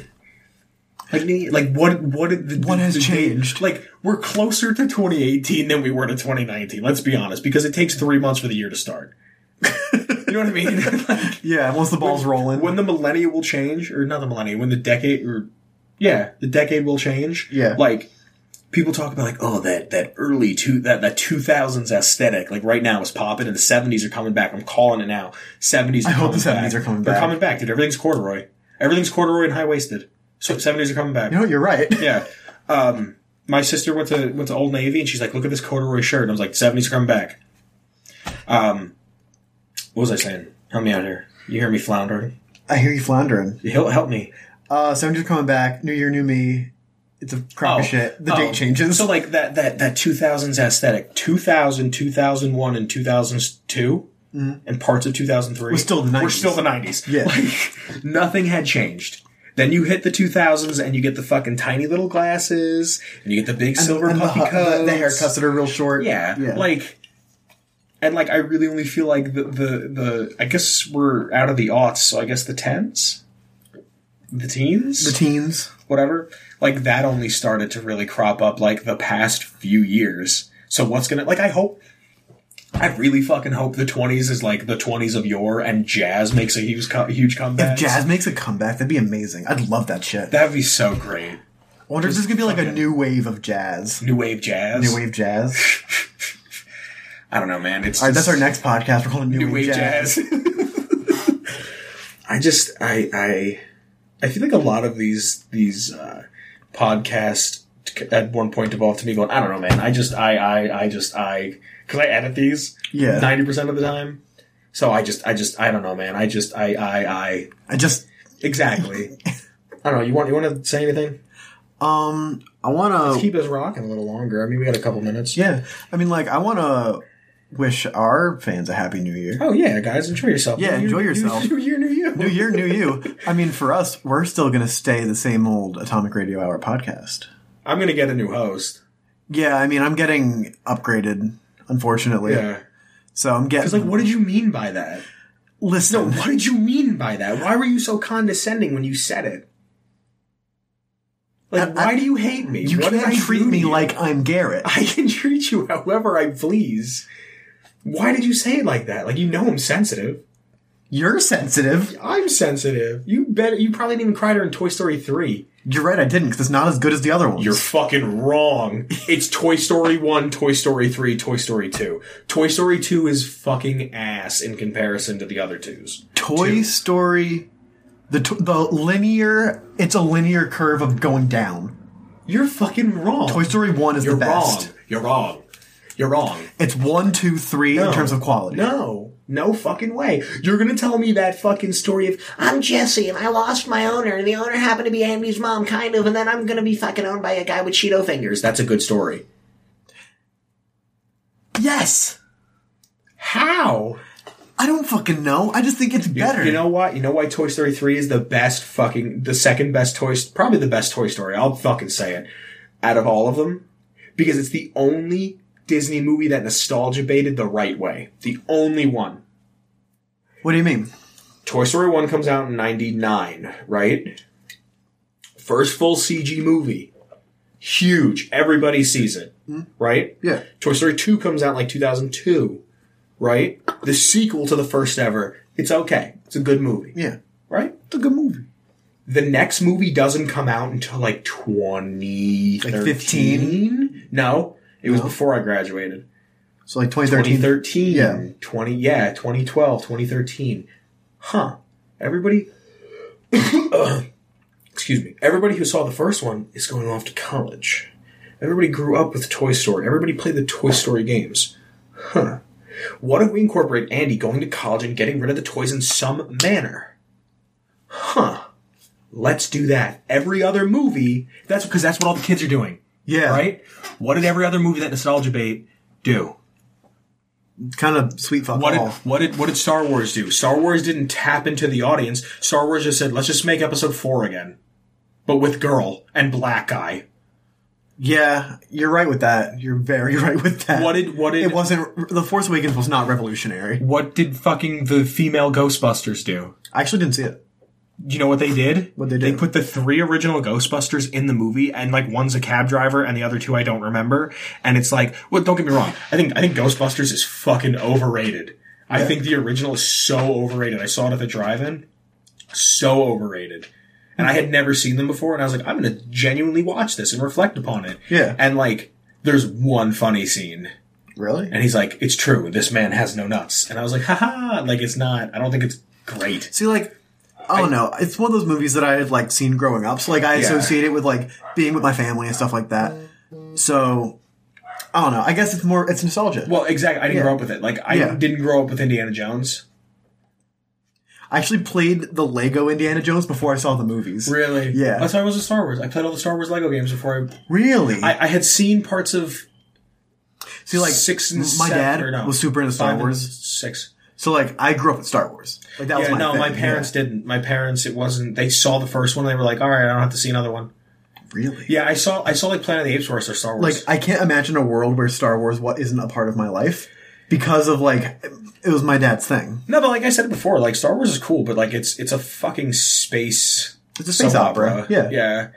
B: Like, New Year- like what? What? The,
A: What has
B: the- the-
A: changed?
B: like, we're closer to 2018 than we were to 2019. Let's be honest, because it takes three months for the year to start. [laughs] you know what I mean? [laughs] Like,
A: yeah, once the ball's rolling.
B: when the millennia will change, or not the millennia, when the decade, or yeah, the decade will change.
A: Yeah.
B: like people talk about like oh that that early two that that two thousands aesthetic like right now is popping and the seventies are coming back. I'm calling it now. Seventies. I
A: hope the 70s are coming
B: They're
A: back.
B: coming back, dude. Everything's corduroy. Everything's corduroy and high waisted. So seventies are coming back.
A: you know, you're right.
B: Yeah. Um, my sister went to went to Old Navy and she's like, look at this corduroy shirt. And I was like, seventies are coming back. Um, what was I saying? Help me out here. You hear me floundering?
A: I hear you floundering.
B: Help, help me.
A: Uh, 70s coming back. New Year, New Me. It's a crock of shit. The
B: Oh.
A: date changes.
B: So like that that that 2000s aesthetic, 2000, 2001 and 2002 and parts of 2003
A: Mm-hmm. We're still the 90s.
B: We're still the 90s.
A: Yeah.
B: Like nothing had changed. Then you hit the 2000s and you get the fucking tiny little glasses and you get the big silver
A: and the,
B: puffy
A: hu- the, the
B: coats.
A: haircuts that are real short.
B: Yeah, like, and like I really only feel like the, the the I guess we're out of the aughts, so I guess the tens, the teens,
A: the teens.
B: whatever. Like that only started to really crop up like the past few years. So what's gonna like? I hope. I really fucking hope the twenties is like the twenties of yore, and jazz makes a huge co- huge comeback.
A: If jazz makes a comeback, that'd be amazing. I'd love that shit.
B: that'd be so great.
A: I wonder if there's gonna be like a new wave of jazz.
B: New wave jazz.
A: New wave jazz.
B: [laughs] I don't know, man. It's
A: All right, that's
B: just-
A: our next podcast. We're calling it New,
B: new wave jazz. [laughs] I just I I I feel like a lot of these these uh, podcasts at one point evolved to me going I don't know man I just I I I just I because I edit these
A: Yeah.
B: ninety percent of the time so I just I just I don't know man I just I I I
A: I just
B: [laughs] exactly I don't know you want you want to say anything
A: um I wanna
B: keep us rocking a little longer I mean we got a couple minutes
A: Yeah. I mean like I wanna wish our fans a happy new [laughs] year.
B: oh yeah guys enjoy yourself
A: Yeah, enjoy yourself.
B: new year new [laughs] you
A: New year, new you. I mean for us, we're still gonna stay the same old Atomic Radio Hour podcast.
B: I'm gonna get a new host
A: Yeah, I mean I'm getting upgraded, unfortunately.
B: yeah.
A: So I'm
B: It's
A: getting
B: like, what did you mean by that?
A: listen.
B: What did you mean by that? Why were you so condescending when you said it? Like,
A: I-
B: why
A: I-
B: do you hate me?
A: you
B: What did I
A: can't
B: do
A: treat
B: to
A: me
B: you?
A: like I'm Garrett.
B: [laughs] I can treat you however I please. Why did you say it like that? Like, you know I'm sensitive.
A: You're sensitive.
B: I'm sensitive. You bet. You probably didn't even cry during Toy Story three.
A: You're right, I didn't, because it's not as good as the other ones.
B: You're fucking wrong. It's Toy Story 1, Toy Story 3, Toy Story 2. Toy Story 2 is fucking ass in comparison to the other twos.
A: Toy Story, the t- the linear, it's a linear curve of going down.
B: You're fucking wrong.
A: Toy Story one is
B: You're
A: the best.
B: wrong. You're wrong. You're wrong.
A: It's one, two, three
B: No.
A: in terms of quality.
B: No, no fucking way. You're gonna tell me that fucking story of I'm Jesse and I lost my owner and the owner happened to be Andy's mom, kind of, and then I'm gonna be fucking owned by a guy with Cheeto fingers. That's a good story.
A: Yes,
B: How?
A: fucking know. I just think it's better.
B: You know why? You know why Toy Story 3 is the best fucking, the second best Toy, probably the best Toy Story, I'll fucking say it, out of all of them? Because it's the only Disney movie that nostalgia baited the right way. The only one.
A: what do you mean?
B: Toy Story 1 comes out in 99, right? First full CG movie. Huge. Everybody sees it, right?
A: Yeah.
B: Toy Story 2 comes out in like 2002, right? The sequel to the first ever. It's okay. It's a good movie,
A: Yeah.
B: right?
A: It's a good movie.
B: The next movie doesn't come out until like 2015.
A: Like 15?
B: No, it was
A: No.
B: before I graduated.
A: So like 2013.
B: 2013.
A: Yeah.
B: 20 yeah, 2012, 2013. Huh. Everybody [coughs] Excuse me. Everybody who saw the first one is going off to college. Everybody grew up with Toy Story. Everybody played the Toy Story games. Huh. What if we incorporate Andy going to college and getting rid of the toys in some manner? Huh. Let's do that. Every other movie, that's because that's what all the kids are doing,
A: Yeah.
B: right? What did every other movie that nostalgia bait do?
A: Kind of sweet fuck
B: What did,
A: all.
B: what did what did Star Wars do? Star Wars didn't tap into the audience. Star Wars just said, "Let's just make episode four again, but with girl and black guy."
A: Yeah, you're right with that. You're very [laughs] right with that.
B: What did- what did-
A: it wasn't the Force Awakens was not revolutionary.
B: What did fucking the female Ghostbusters do?
A: I actually didn't see it.
B: You know what they did?
A: What'd they
B: They
A: do?
B: put the three original Ghostbusters in the movie, and like one's a cab driver, and the other two I don't remember. And it's like, well, don't get me wrong. I think I think Ghostbusters is fucking overrated. I think the original is so overrated. I saw it at the drive-in. So overrated. And I had never seen them before, and I was like, I'm gonna genuinely watch this and reflect upon it.
A: Yeah.
B: And like, there's one funny scene.
A: Really?
B: And he's like, "It's true. This man has no nuts." And I was like, "Haha!" Like it's not. I don't think it's great.
A: See, like, I don't know. It's one of those movies that I had like seen growing up, so like I associate it with like being with my family and stuff like that. So I don't know. I guess it's more it's nostalgia.
B: Well, exactly. I didn't grow up with it. Like I
A: Yeah.
B: didn't grow up with Indiana Jones.
A: I actually played the Lego Indiana Jones before I saw the movies.
B: Really?
A: Yeah.
B: That's why I was a Star Wars. I played all the Star Wars Lego games before
A: Really?
B: I. I, I had seen parts of
A: See, like
B: six and
A: my
B: seven,
A: dad
B: or no,
A: was super into Star
B: five and
A: Wars,
B: Six.
A: so like I grew up with Star Wars. Like that was
B: Yeah.
A: my
B: No,
A: thing.
B: my parents didn't. My parents. It wasn't. They saw the first one. They were like, "All right, I don't have to see another one."
A: Yeah. really.
B: Yeah. I saw. I saw like Planet of the Apes versus Star Wars.
A: like I can't imagine a world where Star Wars what isn't a part of my life because of like it was my dad's thing.
B: No, but like I said before, like Star Wars is cool, but like it's it's a fucking space.
A: It's a space
B: soap
A: opera. Yeah.
B: yeah.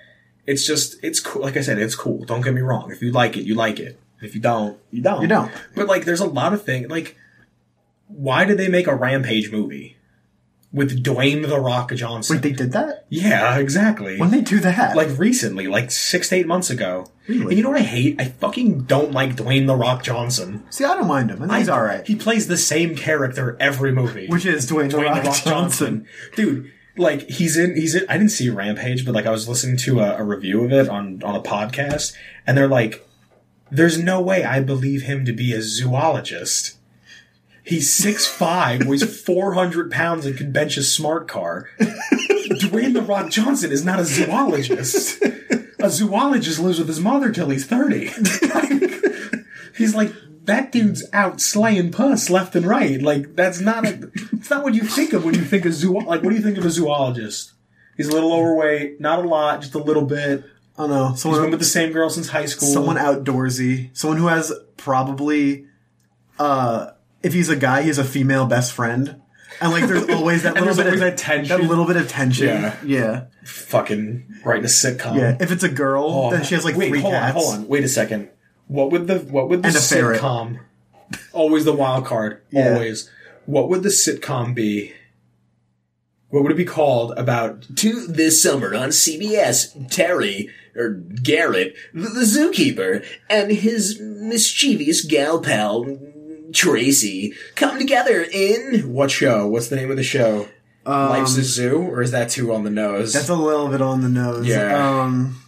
B: It's just it's cool. Like I said, it's cool. Don't get me wrong. If you like it, you like it. If you don't, you don't.
A: You don't.
B: But like, there's a lot of things. Like, why did they make a Rampage movie with Dwayne the Rock Johnson?
A: Wait, they did that?
B: yeah, exactly.
A: When they do that?
B: like recently, like six to eight months ago.
A: Really?
B: And you know what I hate? I fucking don't like Dwayne the Rock Johnson.
A: see, I don't mind him. I think he's all right.
B: He plays the same character every movie.
A: Which is Dwayne, the Rock, Johnson.
B: dude. Like he's in, he's in. I didn't see Rampage, but like I was listening to a, a review of it on on a podcast, and they're like, "There's no way I believe him to be a zoologist. He's six five, weighs
A: [laughs]
B: four hundred pounds, and can bench a smart car. Dwayne the Rock Johnson is not a zoologist. a zoologist lives with his mother till he's thirty. He's like, that dude's out slaying puss left and right. Like, that's not a, it's not what you think of when you think of zoo. Like, what do you think of a zoologist? He's a little overweight, not a lot, just a little bit.
A: I don't know.
B: He's been
A: Someone,
B: with the same girl since high school.
A: someone outdoorsy. Someone who has probably, uh, if he's a guy, he has a female best friend. And like,
B: [laughs]
A: there's always that little
B: there's
A: bit of
B: always that tension.
A: That little bit of tension.
B: Yeah.
A: yeah,
B: fucking writing a sitcom.
A: Yeah. If it's a girl,
B: Oh,
A: then she has like
B: wait,
A: three
B: hold
A: cats.
B: on, hold on, wait a second. What would the what would the
A: And a ferret.
B: sitcom? Always the wild card.
A: Yeah.
B: Always. What would the sitcom be? What would it be called about
C: To this summer on CBS, Terry, or Garrett, the, the zookeeper, and his mischievous gal pal, Tracy, come together in.
B: What show? What's the name of the show?
A: Um,
B: Life's a Zoo, or is that too on the nose?
A: That's a little bit on the nose.
B: Yeah.
A: Um,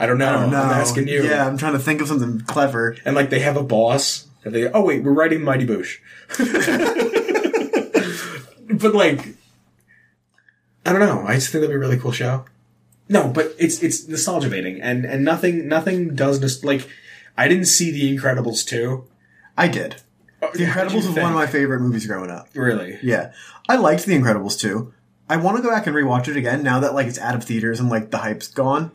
B: I don't know.
A: I don't know.
B: I'm asking you.
A: Yeah, I'm trying to think of something clever.
B: And like they have a boss. And they oh wait, we're writing Mighty Boosh. [laughs] but like, I don't know. I just think that'd be a really cool show. No, but it's it's nostalgia baiting, and and nothing nothing does just like. I didn't see The Incredibles two.
A: I did. The Incredibles was one of my favorite movies growing up.
B: Really?
A: Yeah, I liked The Incredibles too. I want to go back and rewatch it again now that like it's out of theaters and like the hype's gone,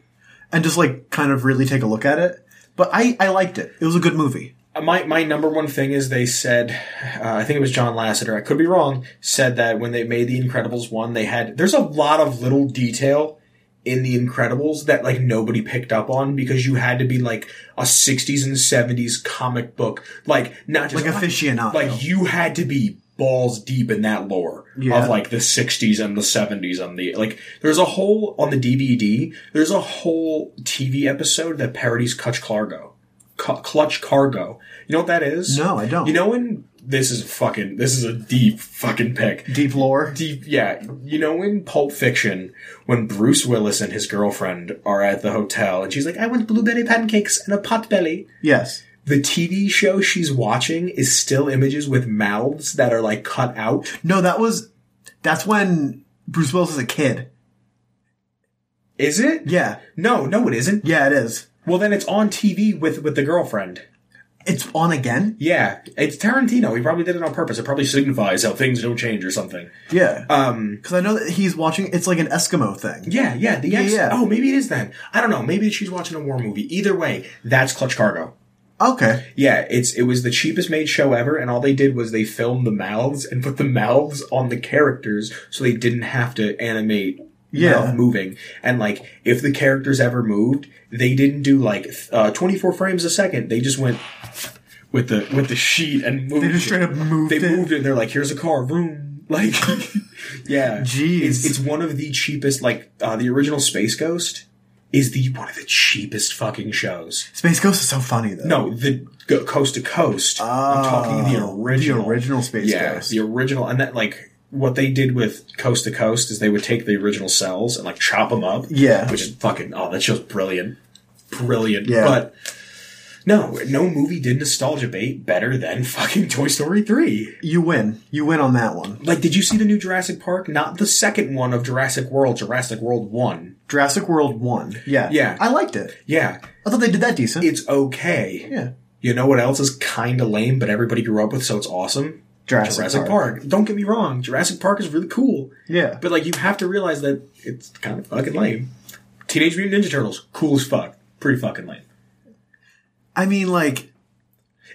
A: and just like kind of really take a look at it. But I I liked it. It was a good movie.
B: Uh, My my number one thing is they said, uh, I think it was John Lasseter. I could be wrong. Said that when they made The Incredibles one, they had there's a lot of little detail in The Incredibles that like nobody picked up on because you had to be like a 60s and 70s comic book like not just
A: Like aficionado.
B: like you had to be balls deep in that lore
A: Yeah.
B: of like the 60s and the 70s and the like there's a whole on the dvd there's a whole tv episode that parodies clutch cargo Cu- clutch cargo you know what that is
A: No, I don't.
B: you know when this is fucking this is a deep fucking pick
A: Deep lore.
B: deep yeah you know in pulp fiction when bruce willis and his girlfriend are at the hotel and she's like i want blueberry pancakes and a pot belly
A: Yes.
B: the TV show she's watching is still images with mouths that are like cut out.
A: No, that was that's when Bruce Willis is a kid.
B: Is it?
A: Yeah.
B: No, no, it isn't.
A: Yeah, it is.
B: Well, then it's on TV with with the girlfriend.
A: It's on again.
B: Yeah, it's Tarantino. He probably did it on purpose. It probably signifies how things don't change or something.
A: Yeah.
B: Um.
A: Because I know that he's watching. It's like an Eskimo thing.
B: Yeah, yeah. The ex-
A: yeah.
B: Oh, maybe it is then. I don't know. Maybe she's watching a war movie. Either way, that's Clutch Cargo.
A: Okay.
B: Yeah, it's it was the cheapest made show ever, and all they did was they filmed the mouths and put the mouths on the characters, so they didn't have to animate
A: Yeah.
B: mouth moving. And like, if the characters ever moved, they didn't do like th- uh, twenty four frames a second. They just went with the with the sheet and moved.
A: They just straight up moved
B: They
A: it.
B: moved it. And they're like, here's a car, room. [laughs] Like, yeah,
A: Jeez.
B: it's it's one of the cheapest. Like uh, the original Space Ghost is the one of the cheapest fucking shows.
A: Space Ghost is so funny though.
B: No, the go- coast to coast. I'm talking the
A: Oh,
B: original,
A: the original Space
B: yeah,
A: Ghost.
B: the original, and that like what they did with coast to coast is they would take the original cells and like chop them up.
A: Yeah.
B: which is fucking oh that show's brilliant, brilliant.
A: Yeah.
B: but no, no movie did nostalgia bait better than [laughs] fucking Toy Story three.
A: You win. You win on that one.
B: Like, did you see the new Jurassic Park? Not the second one of Jurassic World, Jurassic World one.
A: Jurassic World one. Yeah.
B: Yeah.
A: I liked it.
B: Yeah,
A: I thought they did that decent.
B: it's okay.
A: yeah.
B: You know what else is kind of lame, but everybody grew up with, so it's awesome.
A: Jurassic,
B: Jurassic Park. Don't get me wrong, Jurassic Park is really cool,
A: Yeah.
B: but like you have to realize that it's kind of fucking lame. Teenage Mutant Ninja Turtles, cool as fuck, pretty fucking lame.
A: I mean, like,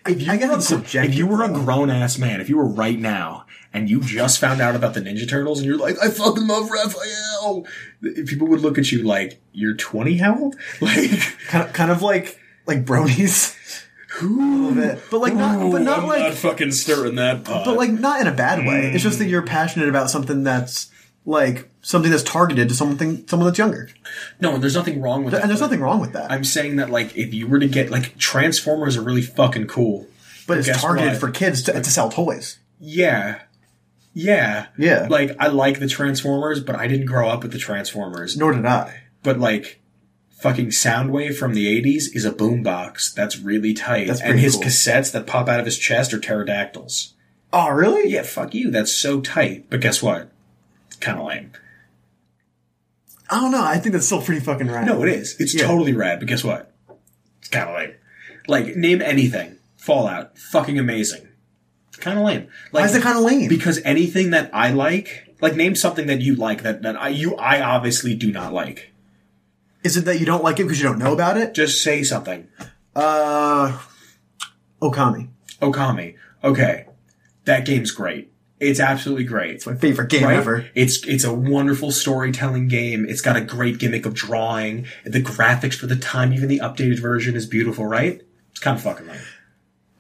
B: If you,
A: I guess
B: were, a,
A: it's
B: gr-
A: subjective,
B: if you were a
A: though.
B: grown ass man, if you were right now and you just found out about the Ninja Turtles and you're like, I fucking love Raphael, people would look at you like, you're 20 how old? [laughs] Like,
A: kind of, kind of like like [laughs] bronies.
B: who?
A: But like not, but not
B: Oh, I'm
A: like,
B: not fucking stirring that pot.
A: but like not in a bad way. It's just that you're passionate about something that's like something that's targeted to something someone that's younger.
B: no, there's nothing wrong with that.
A: And there's nothing wrong with that.
B: I'm saying that like if you were to get like Transformers are really fucking cool.
A: but it's
B: guess
A: targeted
B: what?
A: for kids to, to sell toys.
B: Yeah. Yeah.
A: Yeah.
B: Like I like the Transformers, but I didn't grow up with the Transformers.
A: Nor did I.
B: But like fucking Soundwave from the 80s is a boombox that's really tight
A: That's
B: and
A: pretty
B: his
A: cool.
B: cassettes that pop out of his chest are pterodactyls.
A: Oh, really?
B: Yeah, fuck you. That's so tight. But guess what? It's kind of lame.
A: I don't know. I think that's still pretty fucking rad.
B: No, it is. It's
A: Yeah.
B: totally rad, but guess what? It's kind of lame. Like, name anything. Fallout. Fucking amazing. Kind of lame. Like,
A: Why is it kind of lame?
B: Because anything that I like, like, name something that you like that, that I, you, I obviously do not like.
A: is it that you don't like it because you don't know about it?
B: Just say something.
A: Uh, Okami.
B: Okami. Okay. That game's great. It's absolutely great.
A: My favorite game
B: Right?
A: ever.
B: It's it's a wonderful storytelling game. It's got a great gimmick of drawing. The graphics for the time, even the updated version, is beautiful. Right? It's kind of fucking lame.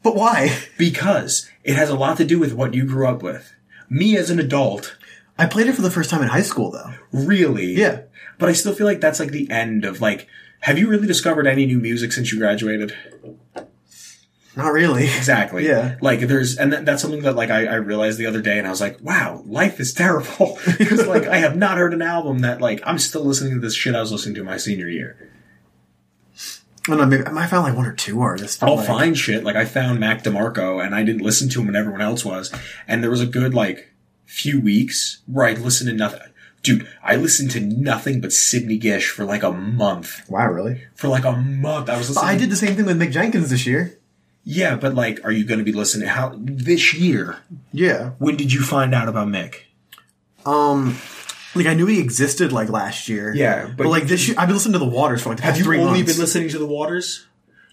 A: But why?
B: Because it has a lot to do with what you grew up with. Me as an adult,
A: I played it for the first time in high school, though.
B: really.
A: Yeah.
B: But I still feel like that's like the end of like, have you really discovered any new music since you graduated?
A: Not really. [laughs]
B: Exactly.
A: Yeah.
B: Like there's, and that, that's something that like I, I realized the other day and I was like, wow, life is terrible. [laughs] Because like I have not heard an album that like I'm still listening to this shit I was listening to my senior year.
A: I don't know, maybe, I might found like one or two artists. but,
B: I'll
A: like,
B: find shit. Like I found Mac DeMarco and I didn't listen to him when everyone else was. And there was a good like few weeks where I listened to nothing. Dude, I listened to nothing but Sidney Gish for like a month.
A: Wow, really?
B: For like a month, I was listening.
A: I did the same thing with Mick Jenkins this year.
B: Yeah, but like, are you going to be listening? How this year?
A: Yeah.
B: When did you find out about Mick?
A: Um, like I knew he existed like last year.
B: Yeah,
A: but,
B: but-
A: like this year, I've been listening to the Waters for like the past
B: Have you
A: three
B: only
A: months.
B: been listening to the Waters?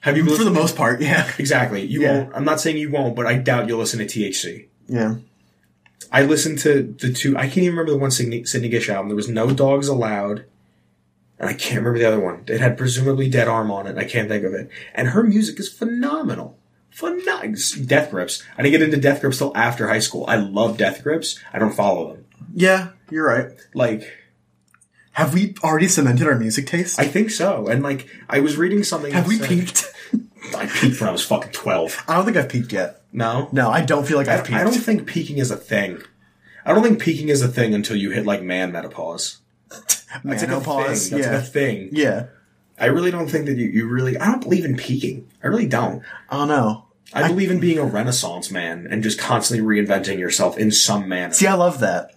B: Have you
A: for the
B: listened-
A: most part?
B: [laughs]
A: Yeah,
B: Exactly. You
A: Yeah.
B: won't. I'm not saying you won't, but I doubt you'll listen to THC.
A: yeah.
B: I listened to the two. I can't even remember the one Sydney, Sydney Gish album. There was no dogs allowed, and I can't remember the other one. It had presumably Dead Arm on it. and I can't think of it. And her music is phenomenal. Phenomenal. Death Grips. I didn't get into Death Grips till after high school. I love Death Grips. I don't follow them.
A: Yeah, you're right.
B: Like
A: Have we already cemented our music taste?
B: I think so. And like I was reading something.
A: Have
B: that
A: we
B: said-
A: peaked?
B: I peaked when I was fucking twelve.
A: I don't think I've peaked yet.
B: No.
A: No, I don't feel like I've peaked.
B: I don't think peaking is a thing. I don't think peaking is a thing until you hit like
A: [laughs]
B: man menopause. That's like a
A: Menopause,
B: thing. That's
A: yeah.
B: like a thing.
A: yeah,
B: I really don't think that you, you really. I don't believe in peaking. I really don't.
A: I don't know.
B: I, believe in being a renaissance man and just constantly reinventing yourself in some manner.
A: See, I love that.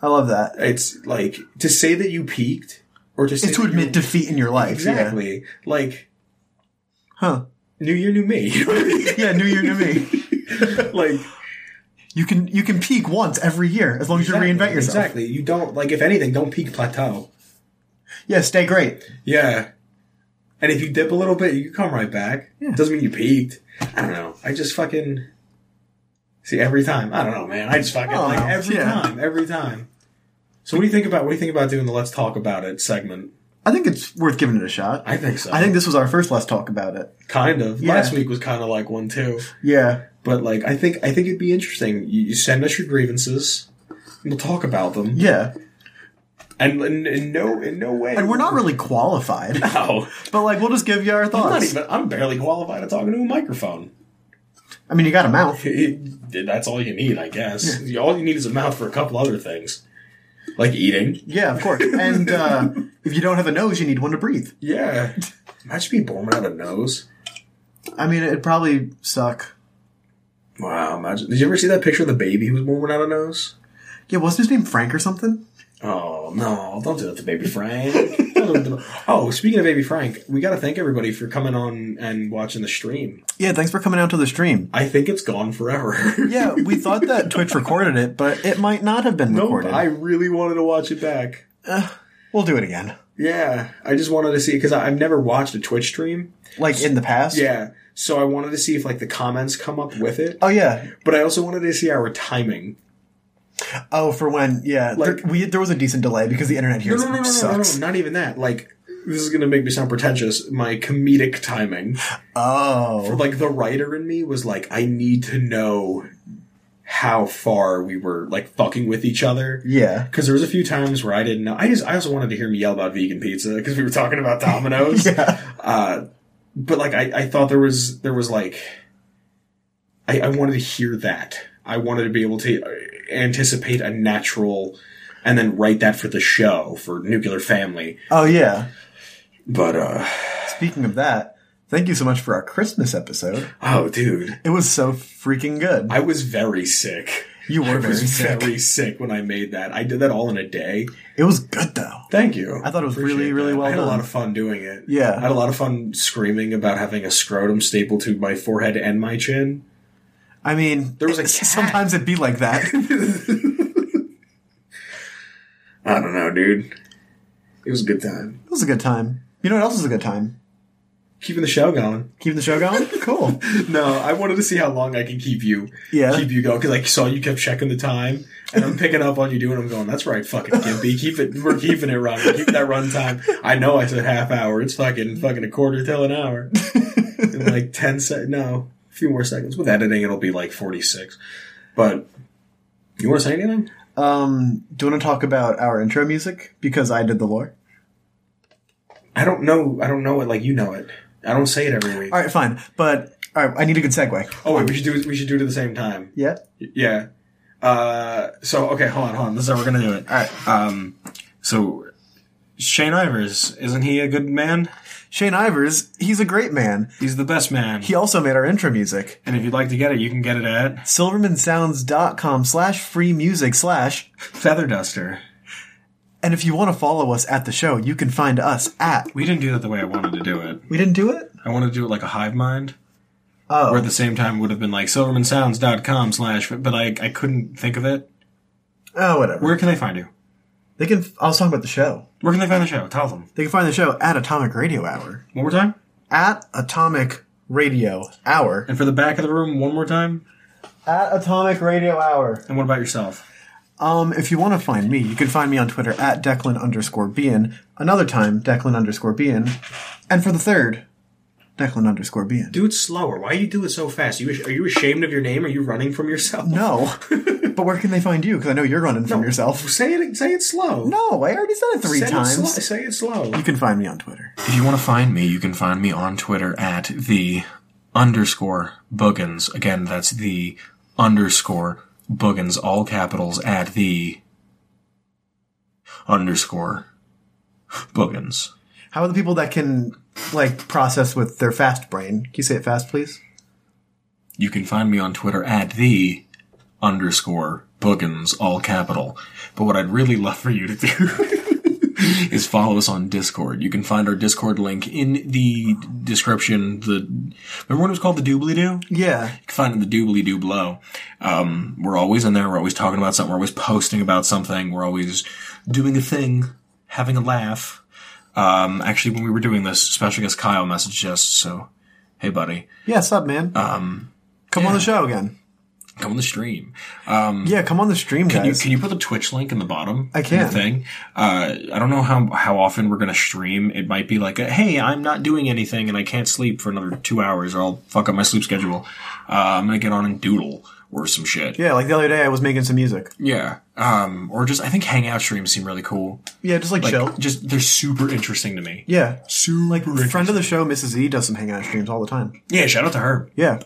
A: I love that.
B: it's like to say that you peaked or to say
A: It's to
B: that
A: admit
B: you,
A: defeat in your life. Yeah.
B: exactly like
A: Huh.
B: new year, new me. [laughs] You know what I mean?
A: Yeah, new year, new me.
B: like
A: You can you can peak once every year as long as you reinvent yourself.
B: Exactly. You don't like if anything, don't peak plateau.
A: Yeah, stay great.
B: Yeah. And if you dip a little bit, you come right back. Doesn't mean you peaked. I don't know. I just fucking see every time. I don't know, man. I just fucking
A: Oh,
B: like every
A: yeah.
B: time, every time. So what do you think about what do you think about doing the let's talk about it segment?
A: I think it's worth giving it a shot.
B: I think so.
A: I think this was our first let's talk about it.
B: kind of.
A: Yeah.
B: Last week was kind of like one too.
A: Yeah.
B: But like I think I think it'd be interesting. You, you send us your grievances. and We'll talk about them.
A: Yeah.
B: And in, in no in no way.
A: And we're not really qualified, [laughs]
B: No.
A: but like we'll just give you our
B: I'm not
A: thoughts.
B: even I'm barely qualified to talk into a microphone.
A: I mean, you got a mouth.
B: It- that's all you need, I guess. All you need is a mouth for a couple other things, like eating.
A: Yeah, of course. And uh, if you don't have a nose, you need one to breathe.
B: Yeah. Imagine being born without a nose.
A: I mean, it'd probably suck.
B: Wow. Imagine. Did you ever see that picture of the baby who was born without a nose?
A: Yeah, wasn't his name Frank or something?
B: Oh no! Don't do that to baby [laughs] Frank. Don't do that to- oh, speaking of baby Frank, we got to thank everybody for coming on and watching the stream.
A: Yeah, thanks for coming out to the stream.
B: I think it's gone [laughs] forever.
A: Yeah, we thought that Twitch recorded it, but it might not have been
B: No,
A: recorded.
B: I really wanted to watch it back.
A: We'll do it again.
B: Yeah, I just wanted to see because I've never watched a Twitch stream.
A: Like in the past?
B: Yeah. So I wanted to see if like the comments come up with it,
A: Oh, yeah.
B: but I also wanted to see our timing.
A: Oh, for when, yeah.
B: Like-
A: there, we, there was a decent delay because the internet here sucks.
B: not even that. Like this is gonna make me sound pretentious. My comedic timing,
A: Oh.
B: like the writer in me, was like, I need to know how far we were like fucking with each other.
A: Yeah.
B: Because there was a few times where I didn't know. I just I also wanted to hear me yell about vegan pizza because we were talking about
A: [laughs]
B: Domino's.
A: Yeah.
B: uh, but like I, I thought there was there was like I, I wanted to hear that i wanted to be able to uh, anticipate a natural and then write that for the show for nuclear family
A: Oh, yeah.
B: but uh
A: Speaking of that, thank you so much for our Christmas episode.
B: oh dude
A: It was so freaking good.
B: i was very sick
A: you were
B: I
A: very
B: was
A: sick.
B: very sick when I made that. I did that all in a day.
A: It was good though.
B: Thank you.
A: I thought it was really, really well
B: I had a lot
A: done.
B: of fun doing it.
A: Yeah.
B: I had a lot of fun screaming about having a scrotum stapled to my forehead and my chin.
A: I mean, [laughs]
B: There was
A: it-
B: a cat.
A: sometimes it'd be like
B: [laughs]
A: that.
B: I don't know, dude. It was a good time.
A: It was a good time. You know what else was a good time?
B: Keeping the show going.
A: Keeping the show
B: [laughs]
A: going. Cool.
B: No, I wanted to see how long I can keep you.
A: Yeah.
B: Keep you going because I saw you kept checking the time, and I'm picking up on you doing. I'm going. That's right, fucking Gimpy. Keep it. We're keeping it running. Keep that run time. I know I said half hour. It's fucking fucking a quarter till an hour.
A: [laughs]
B: In like ten sec. No, a few more seconds. With editing, it'll be like forty six. But you want to say anything?
A: Um, do you want to talk about our intro music because I did the lore?
B: I don't know. I don't know it like you know it. I don't say it every week.
A: All right, fine. But all right, I need a good segue.
B: Oh, wait, we should do it. We should do it at the same time.
A: Yeah.
B: Yeah. Uh, so okay, hold on, hold on. This is how we're gonna do it.
A: All right.
B: Um, so Shane Ivers, isn't he a good man?
A: Shane Ivers, he's a great man.
B: He's the best man.
A: He also made our intro music.
B: and if you'd like to get it, you can get it at
A: Silvermansounds.com slash free music slash.
B: Feather Duster.
A: And if you want to follow us at the show, you can find us at.
B: We didn't do that the way I wanted to do it.
A: We didn't do it?
B: I wanted to do it like a hive mind.
A: Oh.
B: Where at the same time would have been like silvermansounds.com slash, but I, I couldn't think of it.
A: Oh, whatever.
B: Where can they find you?
A: They can. I was talking about the show.
B: Where can they find the show? Tell them.
A: They can find the show at Atomic Radio Hour.
B: One more time?
A: At Atomic Radio Hour.
B: And for the back of the room, one more time?
A: At Atomic Radio Hour.
B: And what about yourself?
A: Um, if you want to find me, you can find me on Twitter at Declan underscore Bean. Another time, Declan underscore Bean. And for the third, Declan underscore Bean.
B: Do it slower. Why do you do it so fast? You are you ashamed of your name? Are you running from yourself?
A: No. [laughs] but where can they find you? Because I know you're running from yourself.
B: Say it. Say it slow.
A: No, I already said it three
B: Say it
A: times.
B: slo- say it slow.
A: You can find me on Twitter.
B: If you want to find me, you can find me on Twitter at the underscore Buggins. Again, that's the underscore Buggins, all capitals at the underscore Buggins.
A: How are the people that can like process with their fast brain? Can you say it fast, please?
B: You can find me on Twitter at the underscore Buggins, all capital. But what I'd really love for you to do [laughs] is follow us on Discord. You can find our Discord link in the description. The remember when it was called the Doobly Doo?
A: Yeah.
B: You can find it in the doobly doo below. Um, we're always in there. We're always talking about something. We're always posting about something. We're always doing a thing, having a laugh. Um, actually, when we were doing this, special guest Kyle messaged us. So, hey, buddy,
A: Yeah, sub man. Um, come on the show again.
B: come on the stream.
A: Yeah, come on the stream,
B: Mm. Can you,
A: guys.
B: can you put the Twitch link in the bottom?
A: I
B: in
A: can.
B: The thing. Uh, I don't know how how often we're gonna stream. It might be like, a, hey, I'm not doing anything and I can't sleep for another two hours, or I'll fuck up my sleep schedule. Uh, I'm gonna get on and doodle or some shit.
A: yeah, like the other day, I was making some music.
B: Yeah. Um, or just I think hangout streams seem really cool.
A: Yeah, just like,
B: Like,
A: chill.
B: Just they're super interesting to me.
A: Yeah,
B: Super
A: like friend of the show, Mrs. E does some hangout streams all the time.
B: Yeah, shout out to her.
A: Yeah,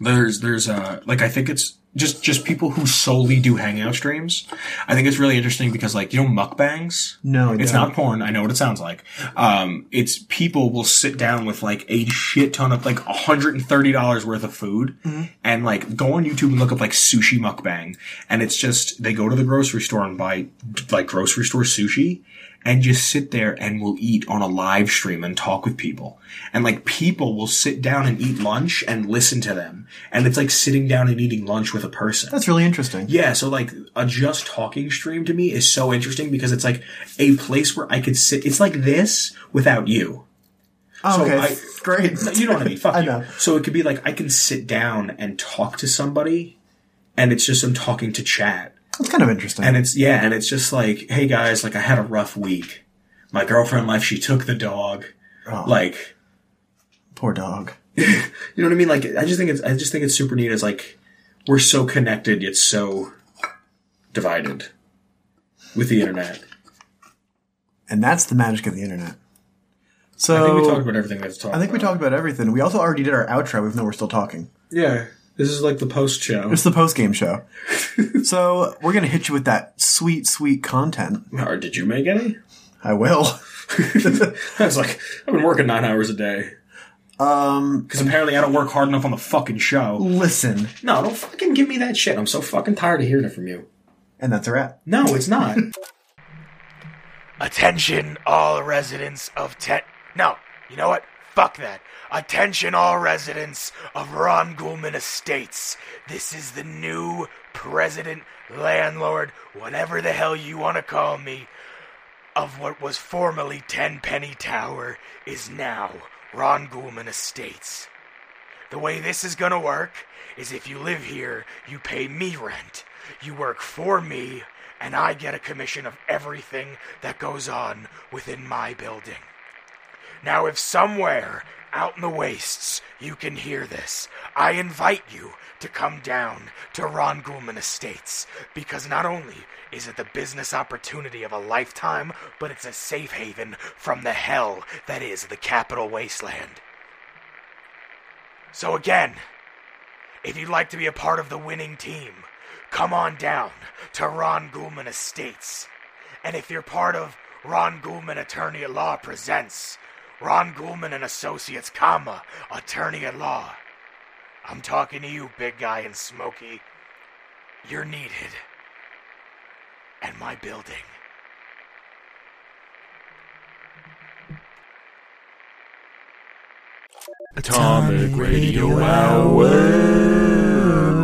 B: There's there's uh like I think it's just just people who solely do hangout streams. I think it's really interesting because like, you know, mukbangs?
A: no,
B: It's not porn. I know what it sounds like. Um, it's people will sit down with like a shit ton of like $130 worth of food and like go on YouTube and look up like sushi mukbang. And it's just, they go to the grocery store and buy like grocery store sushi and just sit there and will eat on a live stream and talk with people. And like people will sit down and eat lunch and listen to them. And it's like sitting down and eating lunch with a person.
A: That's really interesting.
B: Yeah, so like a just talking stream to me is so interesting because it's like a place where I could sit. It's like this without you.
A: Oh,
B: So
A: okay,
B: I-
A: great.
B: No, You
A: [laughs]
B: know what I mean? Fuck
A: I
B: you.
A: know.
B: So it could be like I can sit down and talk to somebody, and it's just I'm talking to chat,
A: That's kind of interesting.
B: and it's yeah, and it's just like, hey guys, like I had a rough week. My girlfriend left. She took the dog.
A: Oh,
B: Like
A: poor dog.
B: you know what I mean? Like I just think it's I just think it's super neat. It's like we're so connected yet so divided with the internet.
A: And that's the magic of the internet. So
B: I think we talked about everything we have to talk
A: I think we talked about everything. We also already did our outro, even though we're still talking.
B: Yeah. This is like the post show.
A: It's the post game show. so we're gonna hit you with that sweet, sweet content.
B: [laughs] Or did you make any? [laughs]
A: I will.
B: I was like, I've been working nine hours a day.
A: Um,
B: Because apparently I don't work hard enough on the fucking show.
A: listen,
B: No, don't fucking give me that shit. I'm so fucking tired of hearing it from you.
A: and that's a wrap.
B: No, it's not.
D: Attention, all residents of Tet. No, you know what? Fuck that. Attention, all residents of Ron Goldman Estates. This is the new president, landlord, whatever the hell you want to call me, of what was formerly Tenpenny Tower is now Ron Goldman Estates. The way this is gonna work is if you live here, you pay me rent. You work for me, and I get a commission of everything that goes on within my building. Now, if somewhere out in the wastes you can hear this, I invite you to come down to Ron Goulman Estates because not only is it the business opportunity of a lifetime, but it's a safe haven from the hell that is the capital wasteland. So, again, if you'd like to be a part of the winning team, come on down to Ron Goulman Estates. And if you're part of Ron Goulman Attorney at Law presents Ron Goulman and Associates, comma, Attorney at Law. I'm talking to you, big guy and Smokey. You're needed. And my building. Atomic Radio Hour.